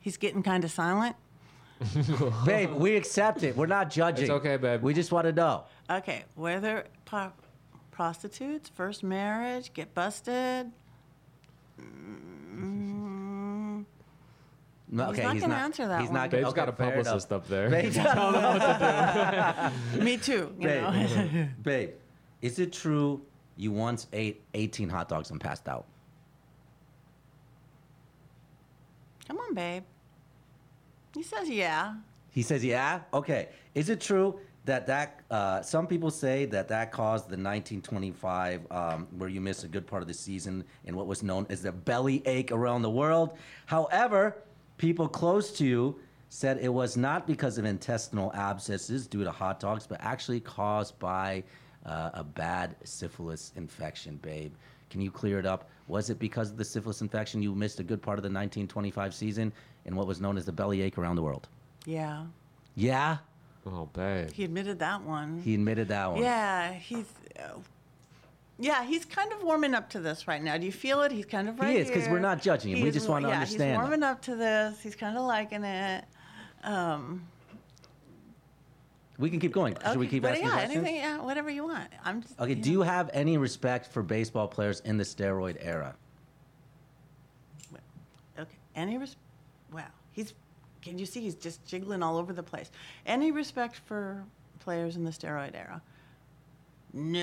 [SPEAKER 14] He's getting kind of silent.
[SPEAKER 9] babe, we accept it. We're not judging.
[SPEAKER 13] It's okay, babe.
[SPEAKER 9] We just want to know.
[SPEAKER 14] Okay, whether po- prostitutes, first marriage, get busted. Mm,
[SPEAKER 9] No,
[SPEAKER 14] He's not gonna answer that
[SPEAKER 9] He's
[SPEAKER 14] one.
[SPEAKER 9] not.
[SPEAKER 13] Babe's
[SPEAKER 9] okay,
[SPEAKER 13] got a
[SPEAKER 9] fair enough.
[SPEAKER 13] publicist up there.
[SPEAKER 9] Babe's got a
[SPEAKER 14] me too. You know.
[SPEAKER 9] babe, babe, is it true you once ate 18 hot dogs and passed out?
[SPEAKER 14] Come on, babe. He says, "Yeah."
[SPEAKER 9] He says, yeah. Okay. Is it true that that uh, some people say that that caused the 1925, um, where you missed a good part of the season in what was known as the belly ache around the world? However, people close to you said it was not because of intestinal abscesses due to hot dogs, but actually caused by uh, a bad syphilis infection, babe. Can you clear it up? Was it because of the syphilis infection you missed a good part of the 1925 season in what was known as the belly ache around the world?
[SPEAKER 14] Yeah.
[SPEAKER 9] Yeah.
[SPEAKER 13] Oh, babe.
[SPEAKER 14] He admitted that one.
[SPEAKER 9] He admitted that one.
[SPEAKER 14] Yeah, he's. Uh, yeah, he's kind of warming up to this right now. Do you feel it? He's kind of
[SPEAKER 9] He
[SPEAKER 14] right
[SPEAKER 9] is, 'cause we're
[SPEAKER 14] here.
[SPEAKER 9] not judging him. We
[SPEAKER 14] He's
[SPEAKER 9] just
[SPEAKER 14] wa-
[SPEAKER 9] wanna
[SPEAKER 14] yeah,
[SPEAKER 9] understand
[SPEAKER 14] He's
[SPEAKER 9] him.
[SPEAKER 14] warming up to this. He's kind of liking it. Um,
[SPEAKER 9] We can keep going. Should we keep
[SPEAKER 14] but
[SPEAKER 9] asking
[SPEAKER 14] yeah,
[SPEAKER 9] questions?
[SPEAKER 14] anything, yeah, whatever you want. I'm. Just,
[SPEAKER 9] Okay, do you have any respect for baseball players in the steroid era?
[SPEAKER 14] Okay. Any res- Wow. He's. Can you see? He's just jiggling all over the place. Any respect for players in the steroid era?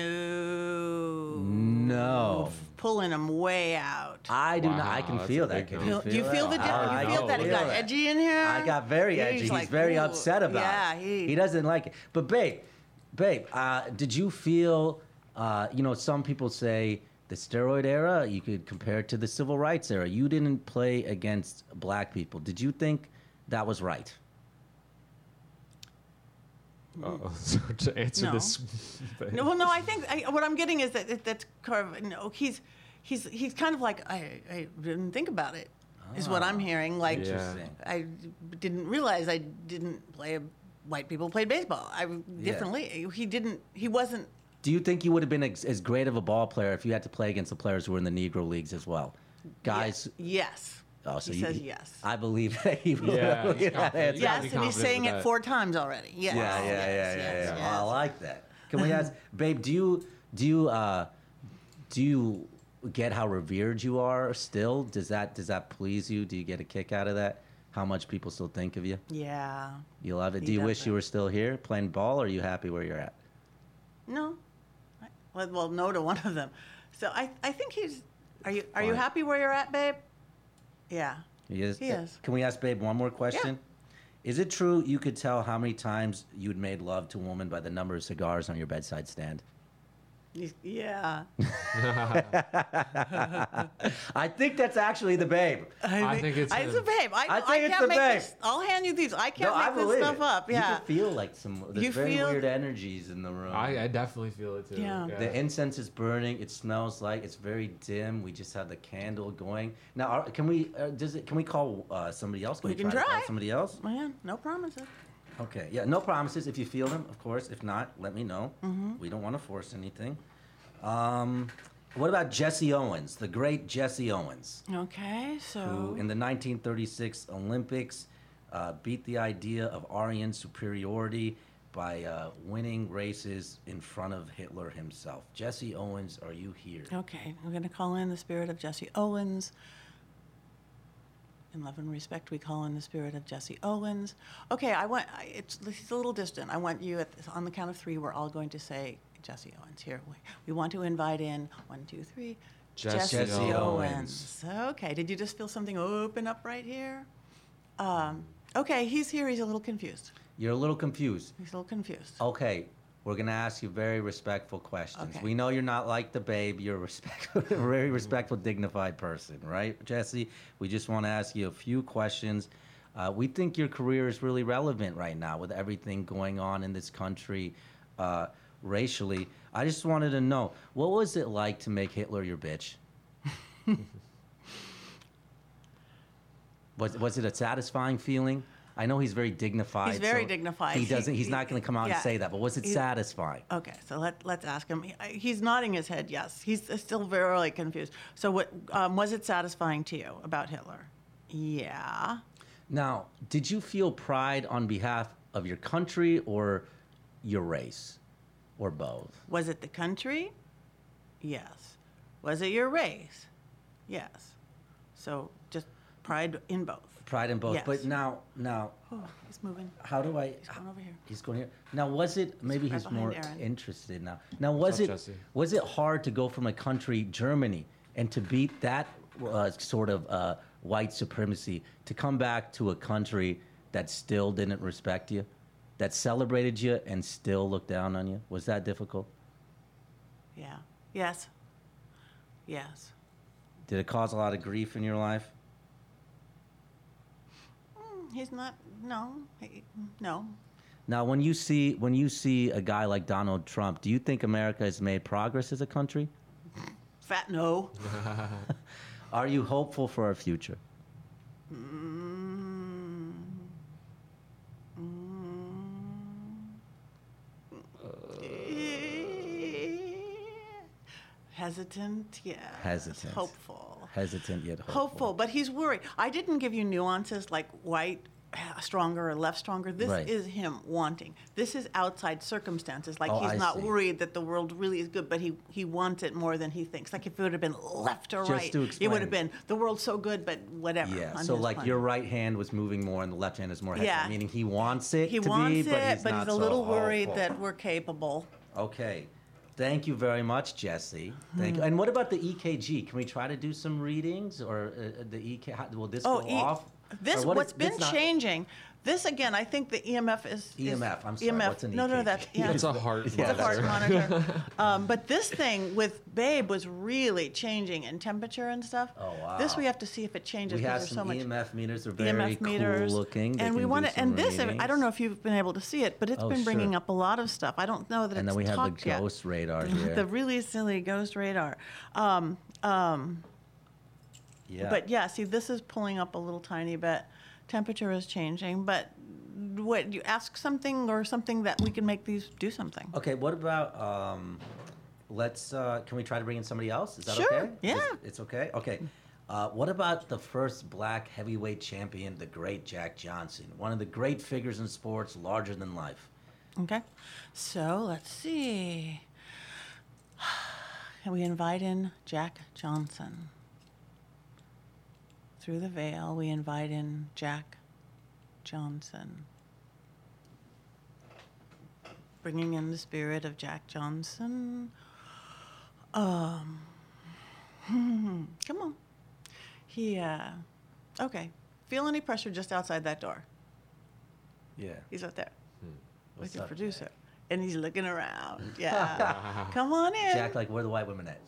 [SPEAKER 14] No.
[SPEAKER 9] No.
[SPEAKER 14] Pulling them way out.
[SPEAKER 9] I do not. I can
[SPEAKER 14] Wow,
[SPEAKER 9] feel
[SPEAKER 14] that's a
[SPEAKER 9] that.
[SPEAKER 14] big
[SPEAKER 9] Can
[SPEAKER 14] no. Feel-
[SPEAKER 9] you feel,
[SPEAKER 14] you feel the
[SPEAKER 9] that?
[SPEAKER 14] difference?
[SPEAKER 9] I
[SPEAKER 14] You feel
[SPEAKER 9] can
[SPEAKER 14] that? It got edgy in here?
[SPEAKER 9] I got very
[SPEAKER 14] Yeah, he's
[SPEAKER 9] edgy. He's
[SPEAKER 14] like,
[SPEAKER 9] very
[SPEAKER 14] ooh,
[SPEAKER 9] upset about
[SPEAKER 14] yeah,
[SPEAKER 9] it.
[SPEAKER 14] he-
[SPEAKER 9] he doesn't like it. But babe, babe, uh, did you feel? Uh, you know, some people say the steroid era. You could compare it to the civil rights era. You didn't play against black people. Did you think that was right?
[SPEAKER 13] Uh-oh. So to answer
[SPEAKER 14] No.
[SPEAKER 13] this, babe.
[SPEAKER 14] No, well, no, I think I, what I'm getting is that that- that's kind of no. He's he's he's kind of like I, I didn't think about it. Is what I'm hearing. Like
[SPEAKER 9] Ah, Interesting.
[SPEAKER 14] I didn't realize I didn't play. White people played baseball. I differently. He didn't. He wasn't.
[SPEAKER 9] Do you think you would have been ex- as great of a ball player if you had to play against the players who were in the Negro leagues as well? Guys,
[SPEAKER 14] Yes.
[SPEAKER 9] oh, so
[SPEAKER 14] he
[SPEAKER 9] you,
[SPEAKER 14] says yes.
[SPEAKER 9] I believe that he would.
[SPEAKER 13] Yeah,
[SPEAKER 9] look
[SPEAKER 13] he's
[SPEAKER 9] at that
[SPEAKER 13] confident.
[SPEAKER 14] Yes,
[SPEAKER 9] answer.
[SPEAKER 13] gotta be
[SPEAKER 14] and he's
[SPEAKER 13] confident
[SPEAKER 14] saying
[SPEAKER 13] with
[SPEAKER 14] it
[SPEAKER 13] that.
[SPEAKER 14] four times already. Yes.
[SPEAKER 9] yeah, yeah, yeah,
[SPEAKER 14] yes,
[SPEAKER 9] yeah,
[SPEAKER 14] yes,
[SPEAKER 9] yeah.
[SPEAKER 14] yes.
[SPEAKER 9] I like that. Can we ask, babe? Do you do you uh, do you get how revered you are still? Does that does that please you? Do you get a kick out of that? How much people still think of you?
[SPEAKER 14] Yeah.
[SPEAKER 9] You love it.
[SPEAKER 14] He
[SPEAKER 9] Do you wish
[SPEAKER 14] does
[SPEAKER 9] you were still here playing ball, or are you happy where you're at?
[SPEAKER 14] No. I- Well, well, no to one of them. So I, I think he's. Are you are you
[SPEAKER 9] Fine.
[SPEAKER 14] happy where you're at, babe? Yeah.
[SPEAKER 9] He is. uh,
[SPEAKER 14] He is.
[SPEAKER 9] Can we ask Babe one more question? Is it true you could tell how many times you'd made love to a woman by the number of cigars on your bedside stand?
[SPEAKER 14] He's- Yeah.
[SPEAKER 9] I think that's actually the Babe.
[SPEAKER 13] I think it's.
[SPEAKER 14] I, it's a babe. I,
[SPEAKER 9] I
[SPEAKER 14] I,
[SPEAKER 9] think it's
[SPEAKER 14] can't
[SPEAKER 9] the
[SPEAKER 14] make
[SPEAKER 9] babe.
[SPEAKER 14] this. I'll hand you these. I can't
[SPEAKER 9] no, I
[SPEAKER 14] make this
[SPEAKER 9] believe
[SPEAKER 14] stuff
[SPEAKER 9] it.
[SPEAKER 14] up.
[SPEAKER 9] You
[SPEAKER 14] Yeah.
[SPEAKER 9] can feel like some there's
[SPEAKER 14] You
[SPEAKER 9] very
[SPEAKER 14] feel-
[SPEAKER 9] weird energies in the room.
[SPEAKER 13] I, I definitely feel it too.
[SPEAKER 14] Yeah.
[SPEAKER 9] the incense is burning. It smells like it's very dim. We just had the candle going. Now, are, can we? Uh, does it? Can we call uh, somebody else?
[SPEAKER 14] We can
[SPEAKER 9] try, to call
[SPEAKER 14] try.
[SPEAKER 9] somebody else.
[SPEAKER 14] Man, no promises.
[SPEAKER 9] Okay. Yeah. No promises. If you feel them, of course. If not, let me know. We don't want to force anything. Um, what about Jesse Owens, the great Jesse Owens,
[SPEAKER 14] Okay. So.
[SPEAKER 9] who in the 1936 Olympics uh, beat the idea of Aryan superiority by uh, winning races in front of Hitler himself? Jesse Owens, are you here?
[SPEAKER 14] Okay, we're going to call in the spirit of Jesse Owens. In love and respect, we call in the spirit of Jesse Owens. Okay, I want. I- It's this is a little distant. I want you at on the count of three. We're all going to say Jesse Owens. Here, we, we want to invite in one, two, three.
[SPEAKER 13] Jesse Owens.
[SPEAKER 14] Owens. Okay, did you just feel something open up right here? Um, okay, he's here. He's a little confused.
[SPEAKER 9] You're a little confused.
[SPEAKER 14] He's a little confused.
[SPEAKER 9] Okay, we're gonna ask you very respectful questions.
[SPEAKER 14] Okay.
[SPEAKER 9] We know you're not like the babe. You're a respectful, very respectful, dignified person, right, Jesse? We just want to ask you a few questions. Uh, we think your career is really relevant right now with everything going on in this country, uh, racially. I just wanted to know what was it like to make Hitler your bitch? was was it a satisfying feeling? I know he's very dignified.
[SPEAKER 14] He's very
[SPEAKER 9] so
[SPEAKER 14] dignified.
[SPEAKER 9] He doesn't. He's not going to come out
[SPEAKER 14] yeah.
[SPEAKER 9] and say that. But was it
[SPEAKER 14] He-
[SPEAKER 9] satisfying?
[SPEAKER 14] Okay, so let, let's ask him. He- He's nodding his head, yes. He's still very confused. So, what um, was it satisfying to you about Hitler? Yeah.
[SPEAKER 9] Now, did you feel pride on behalf of your country or your race, or both?
[SPEAKER 14] Was it the country? Yes. Was it your race? Yes. So, just pride in both.
[SPEAKER 9] Pride in both.
[SPEAKER 14] Yes.
[SPEAKER 9] But now, now,
[SPEAKER 14] Oh, he's moving.
[SPEAKER 9] how do I?
[SPEAKER 14] He's going over here.
[SPEAKER 9] He's going here. Now, was it maybe
[SPEAKER 14] right
[SPEAKER 9] he's
[SPEAKER 14] behind
[SPEAKER 9] more
[SPEAKER 14] Aaron.
[SPEAKER 9] interested now? Now, was
[SPEAKER 13] up,
[SPEAKER 9] it
[SPEAKER 13] Jesse?
[SPEAKER 9] was it hard to go from a country Germany and to beat that uh, sort of uh, white supremacy to come back to a country that still didn't respect you, that celebrated you and still looked down on you? Was that difficult?
[SPEAKER 14] Yeah. Yes. Yes.
[SPEAKER 9] Did it cause a lot of grief in your life?
[SPEAKER 14] Mm, He's not, no. He, no.
[SPEAKER 9] Now, when you see when you see a guy like Donald Trump, do you think America has made progress as a country?
[SPEAKER 14] Fat no.
[SPEAKER 9] Are you hopeful for our future?
[SPEAKER 14] Mm. Mm.
[SPEAKER 9] Uh,
[SPEAKER 14] Hesitant, yes.
[SPEAKER 9] Hesitant.
[SPEAKER 14] Hopeful.
[SPEAKER 9] Hesitant yet
[SPEAKER 14] Hopeful.
[SPEAKER 9] hopeful.
[SPEAKER 14] but he's worried. I didn't give you nuances like white uh, stronger or left stronger. This
[SPEAKER 9] Right.
[SPEAKER 14] is him wanting. This is outside circumstances. Like
[SPEAKER 9] Oh,
[SPEAKER 14] he's
[SPEAKER 9] I
[SPEAKER 14] not
[SPEAKER 9] see.
[SPEAKER 14] worried that the world really is good, but he, he wants it more than he thinks. Like if it would have been left or
[SPEAKER 9] Just
[SPEAKER 14] right,
[SPEAKER 9] to
[SPEAKER 14] it would have
[SPEAKER 9] explain.
[SPEAKER 14] been the world's so good, but whatever.
[SPEAKER 9] Yeah.
[SPEAKER 14] on
[SPEAKER 9] So
[SPEAKER 14] his
[SPEAKER 9] like
[SPEAKER 14] planet.
[SPEAKER 9] your right hand was moving more and the left hand is more hesitant,
[SPEAKER 14] Yeah.
[SPEAKER 9] meaning he wants it
[SPEAKER 14] He
[SPEAKER 9] to
[SPEAKER 14] wants
[SPEAKER 9] be,
[SPEAKER 14] it,
[SPEAKER 9] but he's, not
[SPEAKER 14] a
[SPEAKER 9] so
[SPEAKER 14] little worried
[SPEAKER 9] hopeful.
[SPEAKER 14] that we're capable.
[SPEAKER 9] Okay. Thank you very much, Jesse. Thank
[SPEAKER 14] Hmm.
[SPEAKER 9] you. And what about the EKG? Can we try to do some readings or uh, the EK? How, will this
[SPEAKER 14] Oh,
[SPEAKER 9] go
[SPEAKER 14] e-
[SPEAKER 9] off?
[SPEAKER 14] this
[SPEAKER 9] Or what
[SPEAKER 14] what's
[SPEAKER 9] is-
[SPEAKER 14] been
[SPEAKER 9] it's not-
[SPEAKER 14] changing. This again, I think the EMF is is-
[SPEAKER 9] EMF, I'm sorry,
[SPEAKER 14] EMF.
[SPEAKER 9] what's an E
[SPEAKER 14] no, no,
[SPEAKER 9] EKG?
[SPEAKER 14] that's yeah.
[SPEAKER 13] It's a heart
[SPEAKER 14] It's a
[SPEAKER 13] monitor.
[SPEAKER 14] heart monitor. um, but this thing with Babe was really changing in temperature and stuff.
[SPEAKER 9] Oh, wow.
[SPEAKER 14] This we have to see if it changes.
[SPEAKER 9] We
[SPEAKER 14] 'cause
[SPEAKER 9] have
[SPEAKER 14] there's
[SPEAKER 9] some
[SPEAKER 14] so much
[SPEAKER 9] EMF meters. They're very
[SPEAKER 14] EMF meters,
[SPEAKER 9] cool looking. They
[SPEAKER 14] and we
[SPEAKER 9] can do
[SPEAKER 14] want to.
[SPEAKER 9] some
[SPEAKER 14] And this, I
[SPEAKER 9] readings.
[SPEAKER 14] don't know if you've been able to see it, but it's
[SPEAKER 9] Oh,
[SPEAKER 14] been bringing
[SPEAKER 9] sure.
[SPEAKER 14] up a lot of stuff. I don't know that
[SPEAKER 9] And
[SPEAKER 14] it's
[SPEAKER 9] then we have the
[SPEAKER 14] talked yet.
[SPEAKER 9] ghost radar here.
[SPEAKER 14] the really silly ghost radar. Um, um,
[SPEAKER 9] yeah.
[SPEAKER 14] But yeah, see, this is pulling up a little tiny bit. Temperature is changing, but what you ask something or something that we can make these do something.
[SPEAKER 9] Okay, what about um, let's uh, can we try to bring in somebody else? Is that
[SPEAKER 14] Sure,
[SPEAKER 9] okay?
[SPEAKER 14] yeah.
[SPEAKER 9] Is- it's okay. Okay. Uh, what about the first black heavyweight champion, the great Jack Johnson, one of the great figures in sports, larger than life?
[SPEAKER 14] Okay, so let's see. And we invite in Jack Johnson. Through the veil, we invite in Jack Johnson. Bringing in the spirit of Jack Johnson. Um, come on. He, uh, okay. Feel any pressure just outside that door?
[SPEAKER 9] Yeah.
[SPEAKER 14] He's out there with
[SPEAKER 9] Hmm. What's
[SPEAKER 14] your
[SPEAKER 9] up,
[SPEAKER 14] producer. And he's looking around. Yeah. Come on in.
[SPEAKER 9] Jack, like where the white women
[SPEAKER 13] at?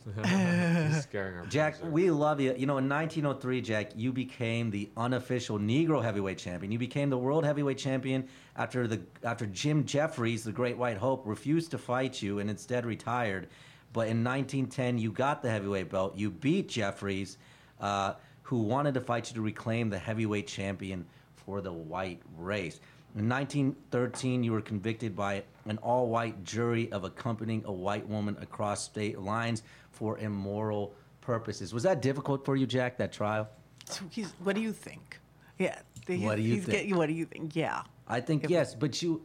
[SPEAKER 9] He's
[SPEAKER 13] scaring our
[SPEAKER 9] Jack, we love you. You know, in 1903, Jack, you became the unofficial Negro heavyweight champion. You became the world heavyweight champion after the after Jim Jeffries, the Great White Hope, refused to fight you and instead retired. But in 1910, you got the heavyweight belt. You beat Jeffries, uh, who wanted to fight you to reclaim the heavyweight champion for the white race. In 1913, you were convicted by an all white jury of accompanying a white woman across state lines for immoral purposes. Was that difficult for you, Jack, that trial?
[SPEAKER 14] So he's, what do you think? Yeah.
[SPEAKER 9] What do you
[SPEAKER 14] he's
[SPEAKER 9] think?
[SPEAKER 14] Getting, what do you think? Yeah.
[SPEAKER 9] I think
[SPEAKER 14] It was-
[SPEAKER 9] yes, but you,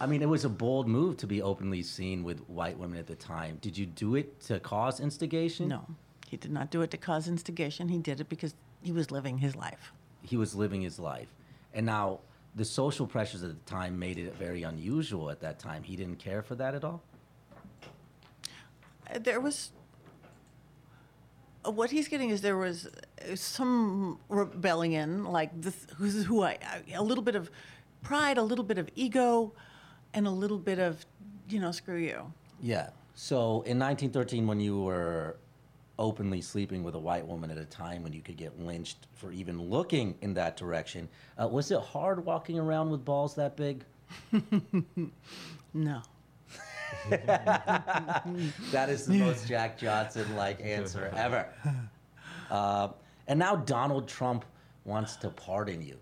[SPEAKER 9] I mean, it was a bold move to be openly seen with white women at the time. Did you do it to cause instigation?
[SPEAKER 14] No. He did not do it to cause instigation. He did it because he was living his life.
[SPEAKER 9] He was living his life. And now the social pressures at the time made it very unusual at that time. He didn't care for that at all?
[SPEAKER 14] Uh, There was. uh, What he's getting is there was uh, some rebellion, like this, who's who I, I, a little bit of pride, a little bit of ego, and a little bit of, you know, screw you.
[SPEAKER 9] Yeah. So in 1913, when you were openly sleeping with a white woman at a time when you could get lynched for even looking in that direction, uh, was it hard walking around with balls that big?
[SPEAKER 14] No.
[SPEAKER 9] That is the most Jack Johnson like answer ever. Uh, and now Donald Trump wants to pardon you.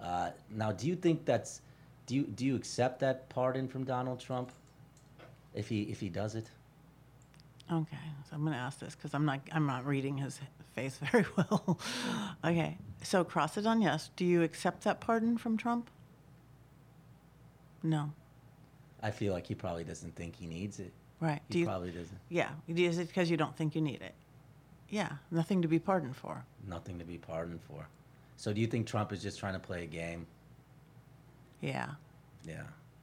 [SPEAKER 9] Uh, now, do you think that's do you do you accept that pardon from Donald Trump if he if he does it?
[SPEAKER 14] Okay, so I'm going to ask this because I'm not I'm not reading his face very well. okay, so cross it on yes. Do you accept that pardon from Trump? No.
[SPEAKER 9] I feel like he probably doesn't think he needs it.
[SPEAKER 14] Right.
[SPEAKER 9] He
[SPEAKER 14] Do you-
[SPEAKER 9] probably doesn't.
[SPEAKER 14] Yeah. Is it because you don't think you need it? Yeah. Nothing to be pardoned for.
[SPEAKER 9] Nothing to be pardoned for. So do you think Trump is just trying to play a game?
[SPEAKER 14] Yeah.
[SPEAKER 9] Yeah,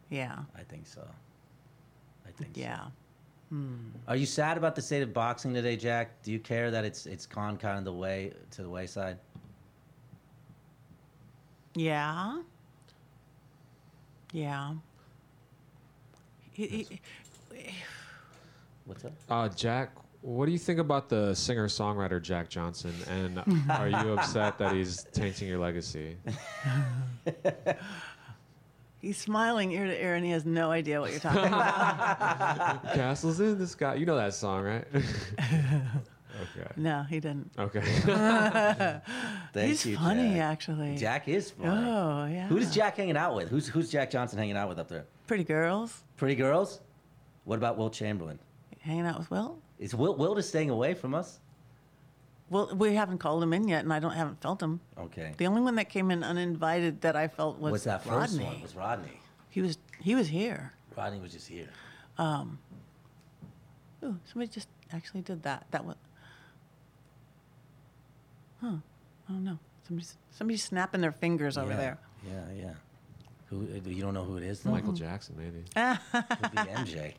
[SPEAKER 14] Yeah.
[SPEAKER 9] I think so. I think so.
[SPEAKER 14] Yeah. Hmm.
[SPEAKER 9] Are you sad about the state of boxing today, Jack? Do you care that it's it's gone kind of the way to the wayside?
[SPEAKER 14] Yeah. Yeah. He, he,
[SPEAKER 9] What's up?
[SPEAKER 13] Uh, Jack, what do you think about the singer songwriter Jack Johnson? And are you upset that he's tainting your legacy?
[SPEAKER 14] he's smiling ear to ear and he has no idea what you're talking about.
[SPEAKER 13] Castles in the sky. You know that song, right? okay.
[SPEAKER 14] no, he didn't.
[SPEAKER 13] Okay.
[SPEAKER 9] Thank
[SPEAKER 14] he's
[SPEAKER 9] you,
[SPEAKER 14] funny,
[SPEAKER 9] Jack.
[SPEAKER 14] actually.
[SPEAKER 9] Jack is funny.
[SPEAKER 14] Oh, yeah.
[SPEAKER 9] Who does Jack hanging out with? Who's who's Jack Johnson hanging out with up there?
[SPEAKER 14] Pretty girls
[SPEAKER 9] Pretty girls. What about Will Chamberlain?
[SPEAKER 14] hanging out with Will.
[SPEAKER 9] Is Will Will just staying away from us?
[SPEAKER 14] Well, we haven't called him in yet, and I don't haven't felt him.
[SPEAKER 9] Okay.
[SPEAKER 14] The only one that came in uninvited that I felt was
[SPEAKER 9] What's that first
[SPEAKER 14] Rodney.
[SPEAKER 9] one? Was Rodney?
[SPEAKER 14] He was he was here.
[SPEAKER 9] Rodney was just here.
[SPEAKER 14] Um, ooh, somebody just actually did that. That was. Huh. I don't know. Somebody's somebody's snapping their fingers over
[SPEAKER 9] Yeah,
[SPEAKER 14] there.
[SPEAKER 9] Yeah, yeah. Who you don't know who it is? Though?
[SPEAKER 13] Michael Jackson, maybe.
[SPEAKER 9] Could be MJ.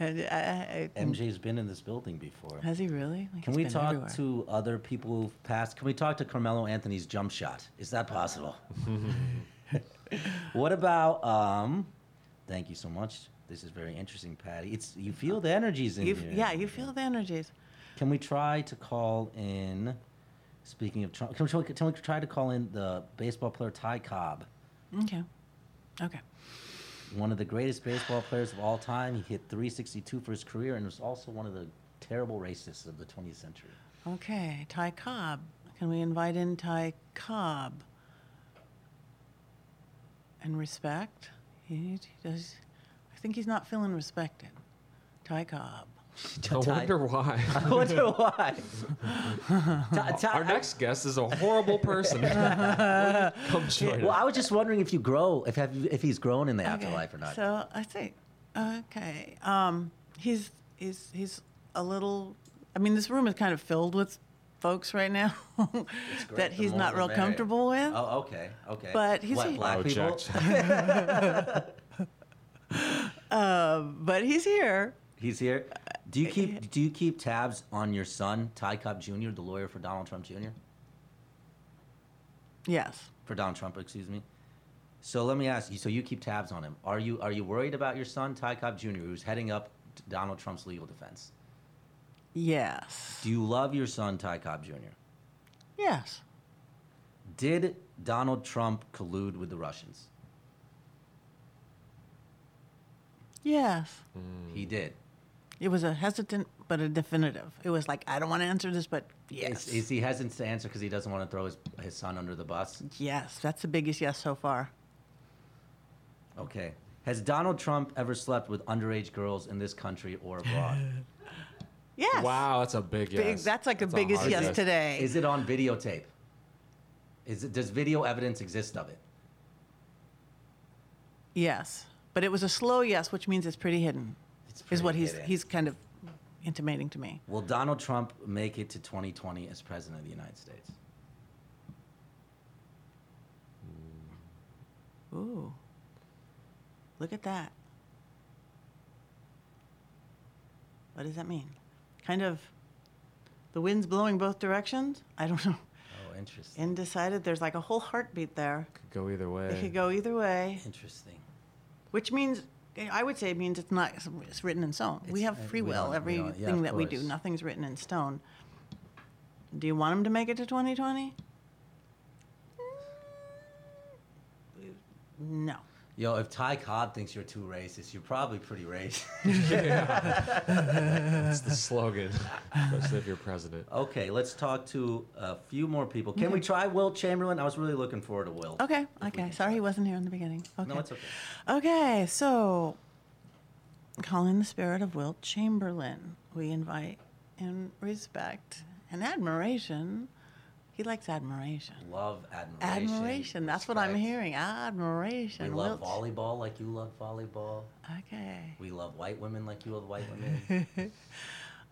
[SPEAKER 14] And Uh, I- I- I-
[SPEAKER 9] MJ's been in this building before.
[SPEAKER 14] Has he really? Like,
[SPEAKER 9] Can
[SPEAKER 14] he's
[SPEAKER 9] we
[SPEAKER 14] been
[SPEAKER 9] talk
[SPEAKER 14] everywhere.
[SPEAKER 9] to other people who've passed? Can we talk to Carmelo Anthony's jump shot? Is that possible? what about um? Thank you so much. This is very interesting, Patty. It's you feel the energies in
[SPEAKER 14] You,
[SPEAKER 9] here.
[SPEAKER 14] yeah, you feel the energies.
[SPEAKER 9] Can we try to call in? Speaking of Trump, can we, try- can we try to call in the baseball player Ty Cobb,
[SPEAKER 14] Okay. Okay.
[SPEAKER 9] one of the greatest baseball players of all time? He hit 362 for his career and was also one of the terrible racists of the 20th century.
[SPEAKER 14] Okay. Ty Cobb. Can we invite in Ty Cobb? And respect. He, he does. I think he's not feeling respected. Ty Cobb.
[SPEAKER 13] I wonder why.
[SPEAKER 9] I wonder why. Ty- Ty-
[SPEAKER 13] Our next guest is a horrible person. Come join
[SPEAKER 9] well,
[SPEAKER 13] us.
[SPEAKER 9] I was just wondering if you grow, if have you, if he's grown in the afterlife or not.
[SPEAKER 14] So I think okay. Um, he's he's he's a little. I mean, this room is kind of filled with folks right now
[SPEAKER 9] Great,
[SPEAKER 14] that
[SPEAKER 9] the
[SPEAKER 14] he's
[SPEAKER 9] more
[SPEAKER 14] not
[SPEAKER 9] the
[SPEAKER 14] real
[SPEAKER 9] merrier.
[SPEAKER 14] comfortable with.
[SPEAKER 9] Oh, okay, okay.
[SPEAKER 14] But he's
[SPEAKER 9] what,
[SPEAKER 14] a-
[SPEAKER 9] black
[SPEAKER 14] Oh,
[SPEAKER 9] people.
[SPEAKER 14] Jack, Uh, but he's here.
[SPEAKER 9] he's here. Do you keep do you keep tabs on your son, Ty Cobb Jr., the lawyer for Donald Trump Jr.
[SPEAKER 14] Yes.
[SPEAKER 9] for Donald Trump, excuse me? So let me ask you. So you keep tabs on him. Are you are you worried about your son, Ty Cobb Jr., who's heading up Donald Trump's legal defense?
[SPEAKER 14] Yes.
[SPEAKER 9] Do you love your son, Ty Cobb Jr.?
[SPEAKER 14] Yes.
[SPEAKER 9] Did Donald Trump collude with the Russians?
[SPEAKER 14] Yes.
[SPEAKER 9] He did.
[SPEAKER 14] It was a hesitant but a definitive. It was like I don't want to answer this, but yes.
[SPEAKER 9] Is, is he hesitant to answer because he doesn't want to throw his, his son under the bus?
[SPEAKER 14] yes, that's the biggest yes so far.
[SPEAKER 9] Okay. Has Donald Trump ever slept with underage girls in this country or abroad?
[SPEAKER 14] Yes.
[SPEAKER 13] Wow, that's a big yes.
[SPEAKER 14] Big- that's like the
[SPEAKER 13] a
[SPEAKER 14] biggest
[SPEAKER 13] hard
[SPEAKER 14] yes today.
[SPEAKER 9] Is it on videotape? Is it, does video evidence exist of it?
[SPEAKER 14] Yes, but it was a slow yes, which means it's pretty hidden. is what
[SPEAKER 9] pretty
[SPEAKER 14] he's
[SPEAKER 9] hidden.
[SPEAKER 14] he's kind of intimating to me.
[SPEAKER 9] Will Donald Trump make it to 2020 as president of the United States?
[SPEAKER 14] Ooh, look at that. What does that mean? Kind of. The wind's blowing both directions. I don't know.
[SPEAKER 9] Oh, interesting.
[SPEAKER 14] Undecided. There's like a whole heartbeat there.
[SPEAKER 13] Could go either
[SPEAKER 14] It could
[SPEAKER 13] way.
[SPEAKER 14] go either way.
[SPEAKER 9] Interesting.
[SPEAKER 14] Which means, eh, I would say, it means it's not it's written in stone. we have
[SPEAKER 9] uh,
[SPEAKER 14] free
[SPEAKER 9] we
[SPEAKER 14] will.
[SPEAKER 9] don't- we
[SPEAKER 14] Everything
[SPEAKER 9] don't- yeah, of
[SPEAKER 14] that we do,
[SPEAKER 9] course.
[SPEAKER 14] nothing's written in stone. Do you want him to make it to 2020? Mm, No.
[SPEAKER 9] Yo, if Ty Cobb thinks you're too racist, you're probably pretty racist.
[SPEAKER 13] That's the slogan. Especially if you're president.
[SPEAKER 14] Oh,
[SPEAKER 9] Okay, let's talk to a few more people. Can we try Will Chamberlain? I was really looking forward to Will.
[SPEAKER 14] Mm-hmm. Okay, okay. Sorry he wasn't here in the beginning. Okay.
[SPEAKER 9] No, it's okay.
[SPEAKER 14] Okay, so calling the spirit of Wilt Chamberlain, we invite in respect and admiration. He likes admiration.
[SPEAKER 9] Love admiration.
[SPEAKER 14] Admiration. That's what I'm hearing. Admiration.
[SPEAKER 9] We love
[SPEAKER 14] Wilt.
[SPEAKER 9] volleyball like you love volleyball.
[SPEAKER 14] Okay.
[SPEAKER 9] We love white women like you love white women.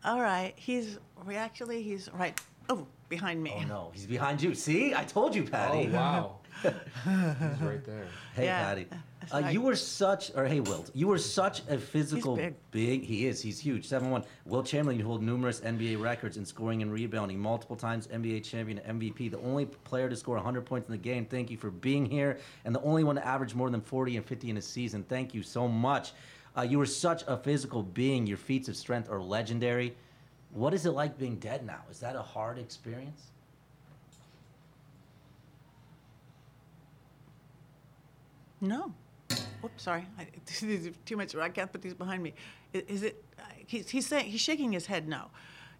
[SPEAKER 14] All right. He's we actually he's right. Oh, behind me.
[SPEAKER 9] oh no, he's behind you. See, I told you, Patty.
[SPEAKER 13] Oh, wow. He's right there.
[SPEAKER 9] Hey,
[SPEAKER 13] Yeah.
[SPEAKER 9] Patty.
[SPEAKER 13] It's
[SPEAKER 9] Uh,
[SPEAKER 13] like-
[SPEAKER 9] you were such, or hey, Wilt, you were such a physical
[SPEAKER 13] big.
[SPEAKER 9] He is. He's huge. Seven one. Wilt Chamberlain, you hold numerous NBA records in scoring and rebounding. Multiple times NBA champion, MVP. The only player to score 100 points in the game. Thank you for being here, and the only one to average more than 40 and 50 in a season. Thank you so much. Uh, you were such a physical being. Your feats of strength are legendary. What is it like being dead now? Is that a hard experience?
[SPEAKER 14] No. Whoops, sorry. I, these are too much. I can't put these behind me. I- Is, it? uh, He's, he's saying he's shaking his head. No,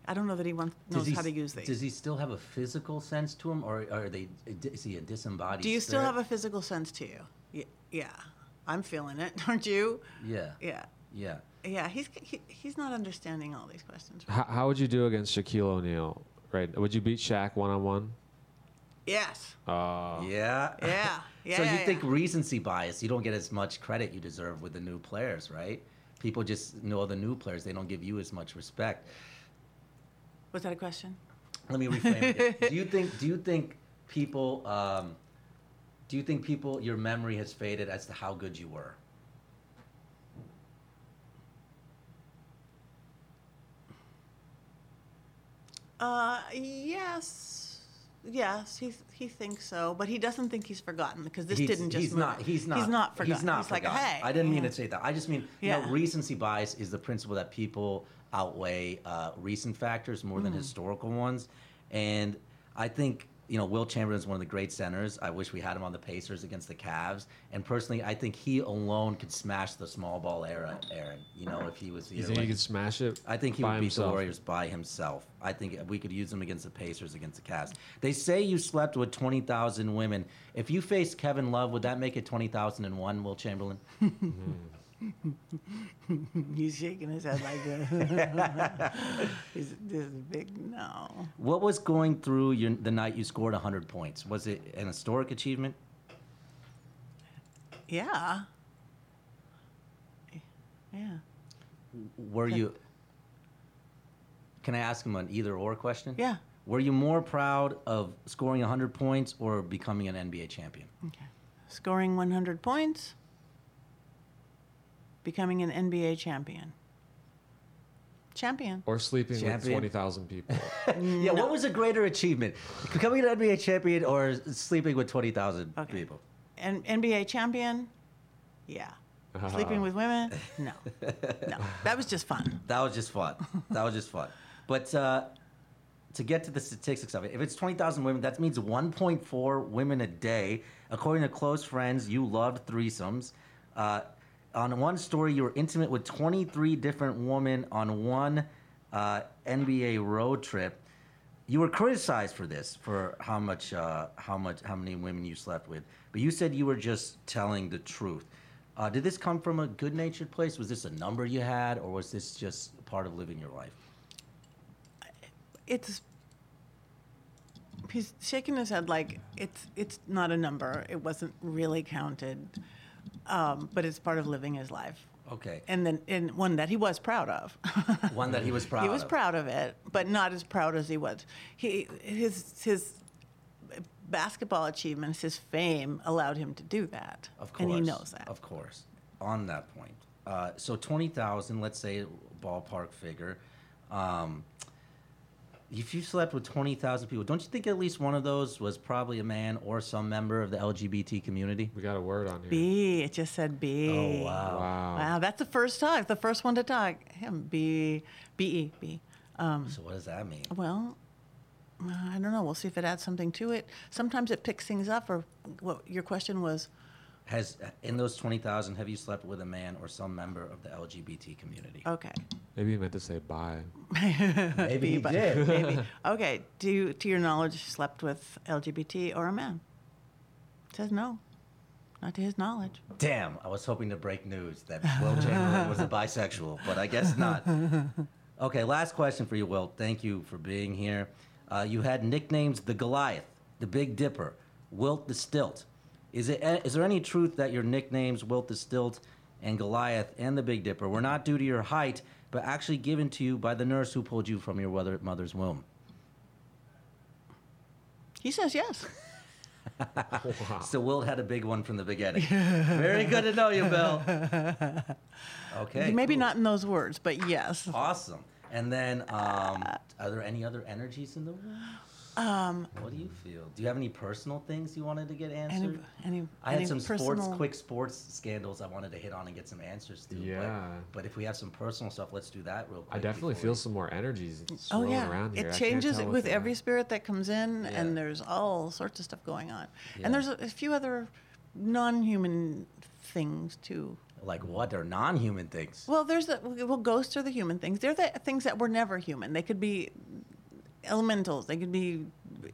[SPEAKER 14] I don't know that he wants knows how to use these.
[SPEAKER 9] Does he still have a physical sense to him, or are they? Is he a disembodied?
[SPEAKER 14] Do you still
[SPEAKER 9] spirit?
[SPEAKER 14] have a physical sense to you? Yeah, yeah. I'm feeling it, aren't you?
[SPEAKER 9] Yeah.
[SPEAKER 14] Yeah,
[SPEAKER 9] Yeah.
[SPEAKER 14] yeah. He's he, he's not understanding all these questions.
[SPEAKER 13] How, how would you do against Shaquille O'Neal? Right? Would you beat Shaq one on one?
[SPEAKER 14] Yes.
[SPEAKER 13] Uh,
[SPEAKER 9] Yeah.
[SPEAKER 14] Yeah. Yeah.
[SPEAKER 9] so you
[SPEAKER 14] yeah, yeah.
[SPEAKER 9] think recency bias? You don't get as much credit you deserve with the new players, right? People just know the new players. They don't give you as much respect.
[SPEAKER 14] Was that a question?
[SPEAKER 9] Let me reframe it. Do you think? Do you think people? Um, do you think people? Your memory has faded as to how good you were.
[SPEAKER 14] Uh, yes. Yes, he he thinks so, but he doesn't think he's forgotten because this
[SPEAKER 9] He's-
[SPEAKER 14] didn't just
[SPEAKER 9] he's
[SPEAKER 14] move.
[SPEAKER 9] Not, he's not.
[SPEAKER 14] He's not forgotten.
[SPEAKER 9] He's not
[SPEAKER 14] like,
[SPEAKER 9] forgotten.
[SPEAKER 14] hey.
[SPEAKER 9] I didn't mean
[SPEAKER 14] yeah.
[SPEAKER 9] to say that. I just mean, you
[SPEAKER 14] Yeah.
[SPEAKER 9] know, recency bias is the principle that people outweigh uh, recent factors more than
[SPEAKER 14] Mhm.
[SPEAKER 9] historical ones. And I think, you know, Will Chamberlain is one of the great centers. I wish we had him on the Pacers against the Cavs. And personally, I think he alone could smash the small ball era, Aaron, you know, if he was here.
[SPEAKER 13] You think he
[SPEAKER 9] like-
[SPEAKER 13] could smash it?
[SPEAKER 9] I think he
[SPEAKER 13] by
[SPEAKER 9] would beat the
[SPEAKER 13] himself?
[SPEAKER 9] Warriors by himself. I think we could use him against the Pacers, against the Cavs. They say you slept with 20,000 women. If you faced Kevin Love, would that make it 20,001, Will Chamberlain?
[SPEAKER 14] He's shaking his head like this. He's this is big no.
[SPEAKER 9] What was going through your, the night you scored 100 points? Was it an historic achievement?
[SPEAKER 14] Yeah. Yeah.
[SPEAKER 9] Were you. Can I ask him an either or question?
[SPEAKER 14] Yeah.
[SPEAKER 9] Were you more proud of scoring 100 points or becoming an NBA champion?
[SPEAKER 14] Scoring 100 points, becoming an NBA champion. Champion.
[SPEAKER 13] Or sleeping with
[SPEAKER 9] Champion.
[SPEAKER 13] 20,000 people.
[SPEAKER 9] Yeah, what was a greater achievement? Becoming an NBA champion or sleeping with 20,000 people?
[SPEAKER 14] An NBA champion? Yeah.
[SPEAKER 9] Uh-huh.
[SPEAKER 14] Sleeping with women? No. No. That was just fun.
[SPEAKER 9] That was just fun. That was just fun. But uh, to get to the statistics of it, if it's 20,000 women, that means 1.4 women a day. According to close friends, you loved threesomes. Uh, on one story, you were intimate with 23 different women on one uh, NBA road trip. You were criticized for this, for how much, uh, how much, how many women you slept with. But you said you were just telling the truth. Uh, did this come from a good-natured place? Was this a number you had, or was this just part of living your life?
[SPEAKER 14] It's. He's shaking his head like it's it's not a number. It wasn't really counted, um, but it's part of living his life.
[SPEAKER 9] Okay.
[SPEAKER 14] And then and one that he was proud of.
[SPEAKER 9] One that he was proud
[SPEAKER 14] he was
[SPEAKER 9] of.
[SPEAKER 14] proud of it, but not as proud as he was. He his his basketball achievements, his fame allowed him to do that.
[SPEAKER 9] Of course.
[SPEAKER 14] and he knows that.
[SPEAKER 9] Of course. On that point. Uh, so 20,000, let's say ballpark figure. Um, if you slept with 20,000 people, don't you think at least one of those was probably a man or some member of the LGBT community?
[SPEAKER 13] We got a word on here.
[SPEAKER 14] B. It just said B.
[SPEAKER 9] Oh, wow.
[SPEAKER 13] Wow.
[SPEAKER 14] Wow, that's the first time, the first one to talk. Him B B E B. Um,
[SPEAKER 9] so what does that mean?
[SPEAKER 14] Well, uh, I don't know. We'll see if it adds something to it. Sometimes it picks things up. Or what your question was?
[SPEAKER 9] Has in those twenty thousand, have you slept with a man or some member of the LGBT community?
[SPEAKER 14] Okay.
[SPEAKER 13] Maybe he meant to say bye.
[SPEAKER 9] Maybe he
[SPEAKER 14] but-
[SPEAKER 9] did.
[SPEAKER 14] maybe. Okay. Do you, to your knowledge, slept with LGBT or a man? Says no. Not to his knowledge.
[SPEAKER 9] Damn, I was hoping to break news that Will Chamberlain was a bisexual, but I guess not. Okay, last question for you, Will. Thank you for being here. Uh, you had nicknames the Goliath, the Big Dipper, Wilt the Stilt. Is, it, eh, is there any truth that your nicknames, Wilt the Stilt and Goliath and the Big Dipper, were not due to your height, but actually given to you by the nurse who pulled you from your mother- mother's womb?
[SPEAKER 14] He says yes.
[SPEAKER 9] So Wilt had a big one from the beginning. Very good to know you, Bill. Okay.
[SPEAKER 14] Maybe not in those words, but yes.
[SPEAKER 9] Awesome. And then, um, are there any other energies in the room?
[SPEAKER 14] Um,
[SPEAKER 9] What do you feel? Do you have any personal things you wanted to get answered?
[SPEAKER 14] any-
[SPEAKER 9] I had
[SPEAKER 14] any
[SPEAKER 9] some
[SPEAKER 14] personal-
[SPEAKER 9] sports, quick sports scandals I wanted to hit on and get some answers to. but-
[SPEAKER 13] Yeah.
[SPEAKER 9] But, if we have some personal stuff, let's do that real quick.
[SPEAKER 13] I definitely
[SPEAKER 9] before
[SPEAKER 13] feel some more energies
[SPEAKER 14] oh
[SPEAKER 13] swirling
[SPEAKER 14] yeah,
[SPEAKER 13] around here. I
[SPEAKER 14] it
[SPEAKER 13] can't
[SPEAKER 14] changes
[SPEAKER 13] tell
[SPEAKER 14] with
[SPEAKER 13] what's-
[SPEAKER 14] every spirit that comes in,
[SPEAKER 13] Yeah.
[SPEAKER 14] and there's all sorts of stuff going on.
[SPEAKER 9] Yeah.
[SPEAKER 14] And there's a, a few other non-human things too.
[SPEAKER 9] we- Like what are non-human things?
[SPEAKER 14] Well, there's the well, ghosts are the human things. They're the things that were never human. They could be elementals. They could be,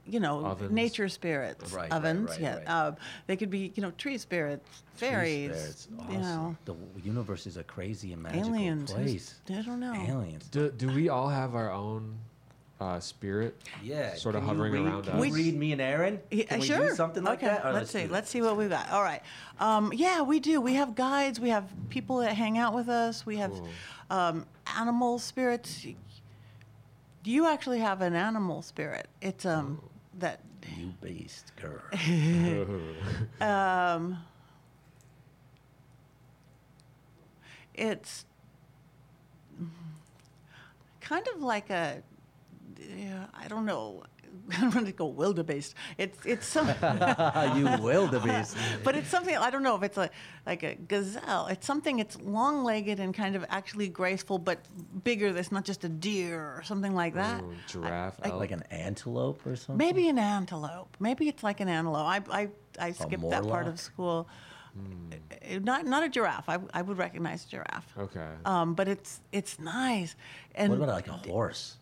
[SPEAKER 14] you know,
[SPEAKER 9] Ovens.
[SPEAKER 14] nature spirits,
[SPEAKER 9] Right, right,
[SPEAKER 14] ovens.
[SPEAKER 9] right,
[SPEAKER 14] yeah,
[SPEAKER 9] right.
[SPEAKER 14] Uh, they could be, you know, tree spirits,
[SPEAKER 9] Tree
[SPEAKER 14] fairies.
[SPEAKER 9] spirits.
[SPEAKER 14] You
[SPEAKER 9] Awesome.
[SPEAKER 14] know,
[SPEAKER 9] The w- universe is a crazy and magical
[SPEAKER 14] aliens. who's-
[SPEAKER 9] place.
[SPEAKER 14] I don't know.
[SPEAKER 9] Aliens.
[SPEAKER 13] Do, do we all have our own uh, spirit?
[SPEAKER 9] Yeah.
[SPEAKER 13] Sort of
[SPEAKER 9] can you
[SPEAKER 13] hovering
[SPEAKER 9] read-
[SPEAKER 13] around
[SPEAKER 9] Can
[SPEAKER 13] us.
[SPEAKER 9] you read me and Aaron?
[SPEAKER 14] Yeah,
[SPEAKER 9] Can we
[SPEAKER 14] uh, sure.
[SPEAKER 9] do something like
[SPEAKER 14] okay.
[SPEAKER 9] that? Oh, Or
[SPEAKER 14] let's,
[SPEAKER 9] do
[SPEAKER 14] see.
[SPEAKER 9] it.
[SPEAKER 14] Let's see what we've got. All right. Um, yeah, we do. We have guides. We have people that hang out with us. We have
[SPEAKER 13] Cool.
[SPEAKER 14] um, animal spirits. You actually have an animal spirit. It's um that
[SPEAKER 9] You based girl.
[SPEAKER 14] um it's kind of like a yeah, I don't know. I don't want to go wildebeest. It's it's some
[SPEAKER 9] you wildebeest.
[SPEAKER 14] but it's something I don't know if it's a like a gazelle. It's something it's long-legged and kind of actually graceful, but bigger. That's not just a deer or something like that.
[SPEAKER 9] Ooh,
[SPEAKER 13] giraffe,
[SPEAKER 14] I-
[SPEAKER 9] like an antelope or something.
[SPEAKER 14] Maybe an antelope. Maybe it's like an antelope. I I, I skipped that part
[SPEAKER 9] morlock? Hmm.
[SPEAKER 14] of school. Uh, Not not a giraffe. I, I would recognize giraffe.
[SPEAKER 13] Okay.
[SPEAKER 14] Um, but it's it's nice. And
[SPEAKER 9] What about like a horse?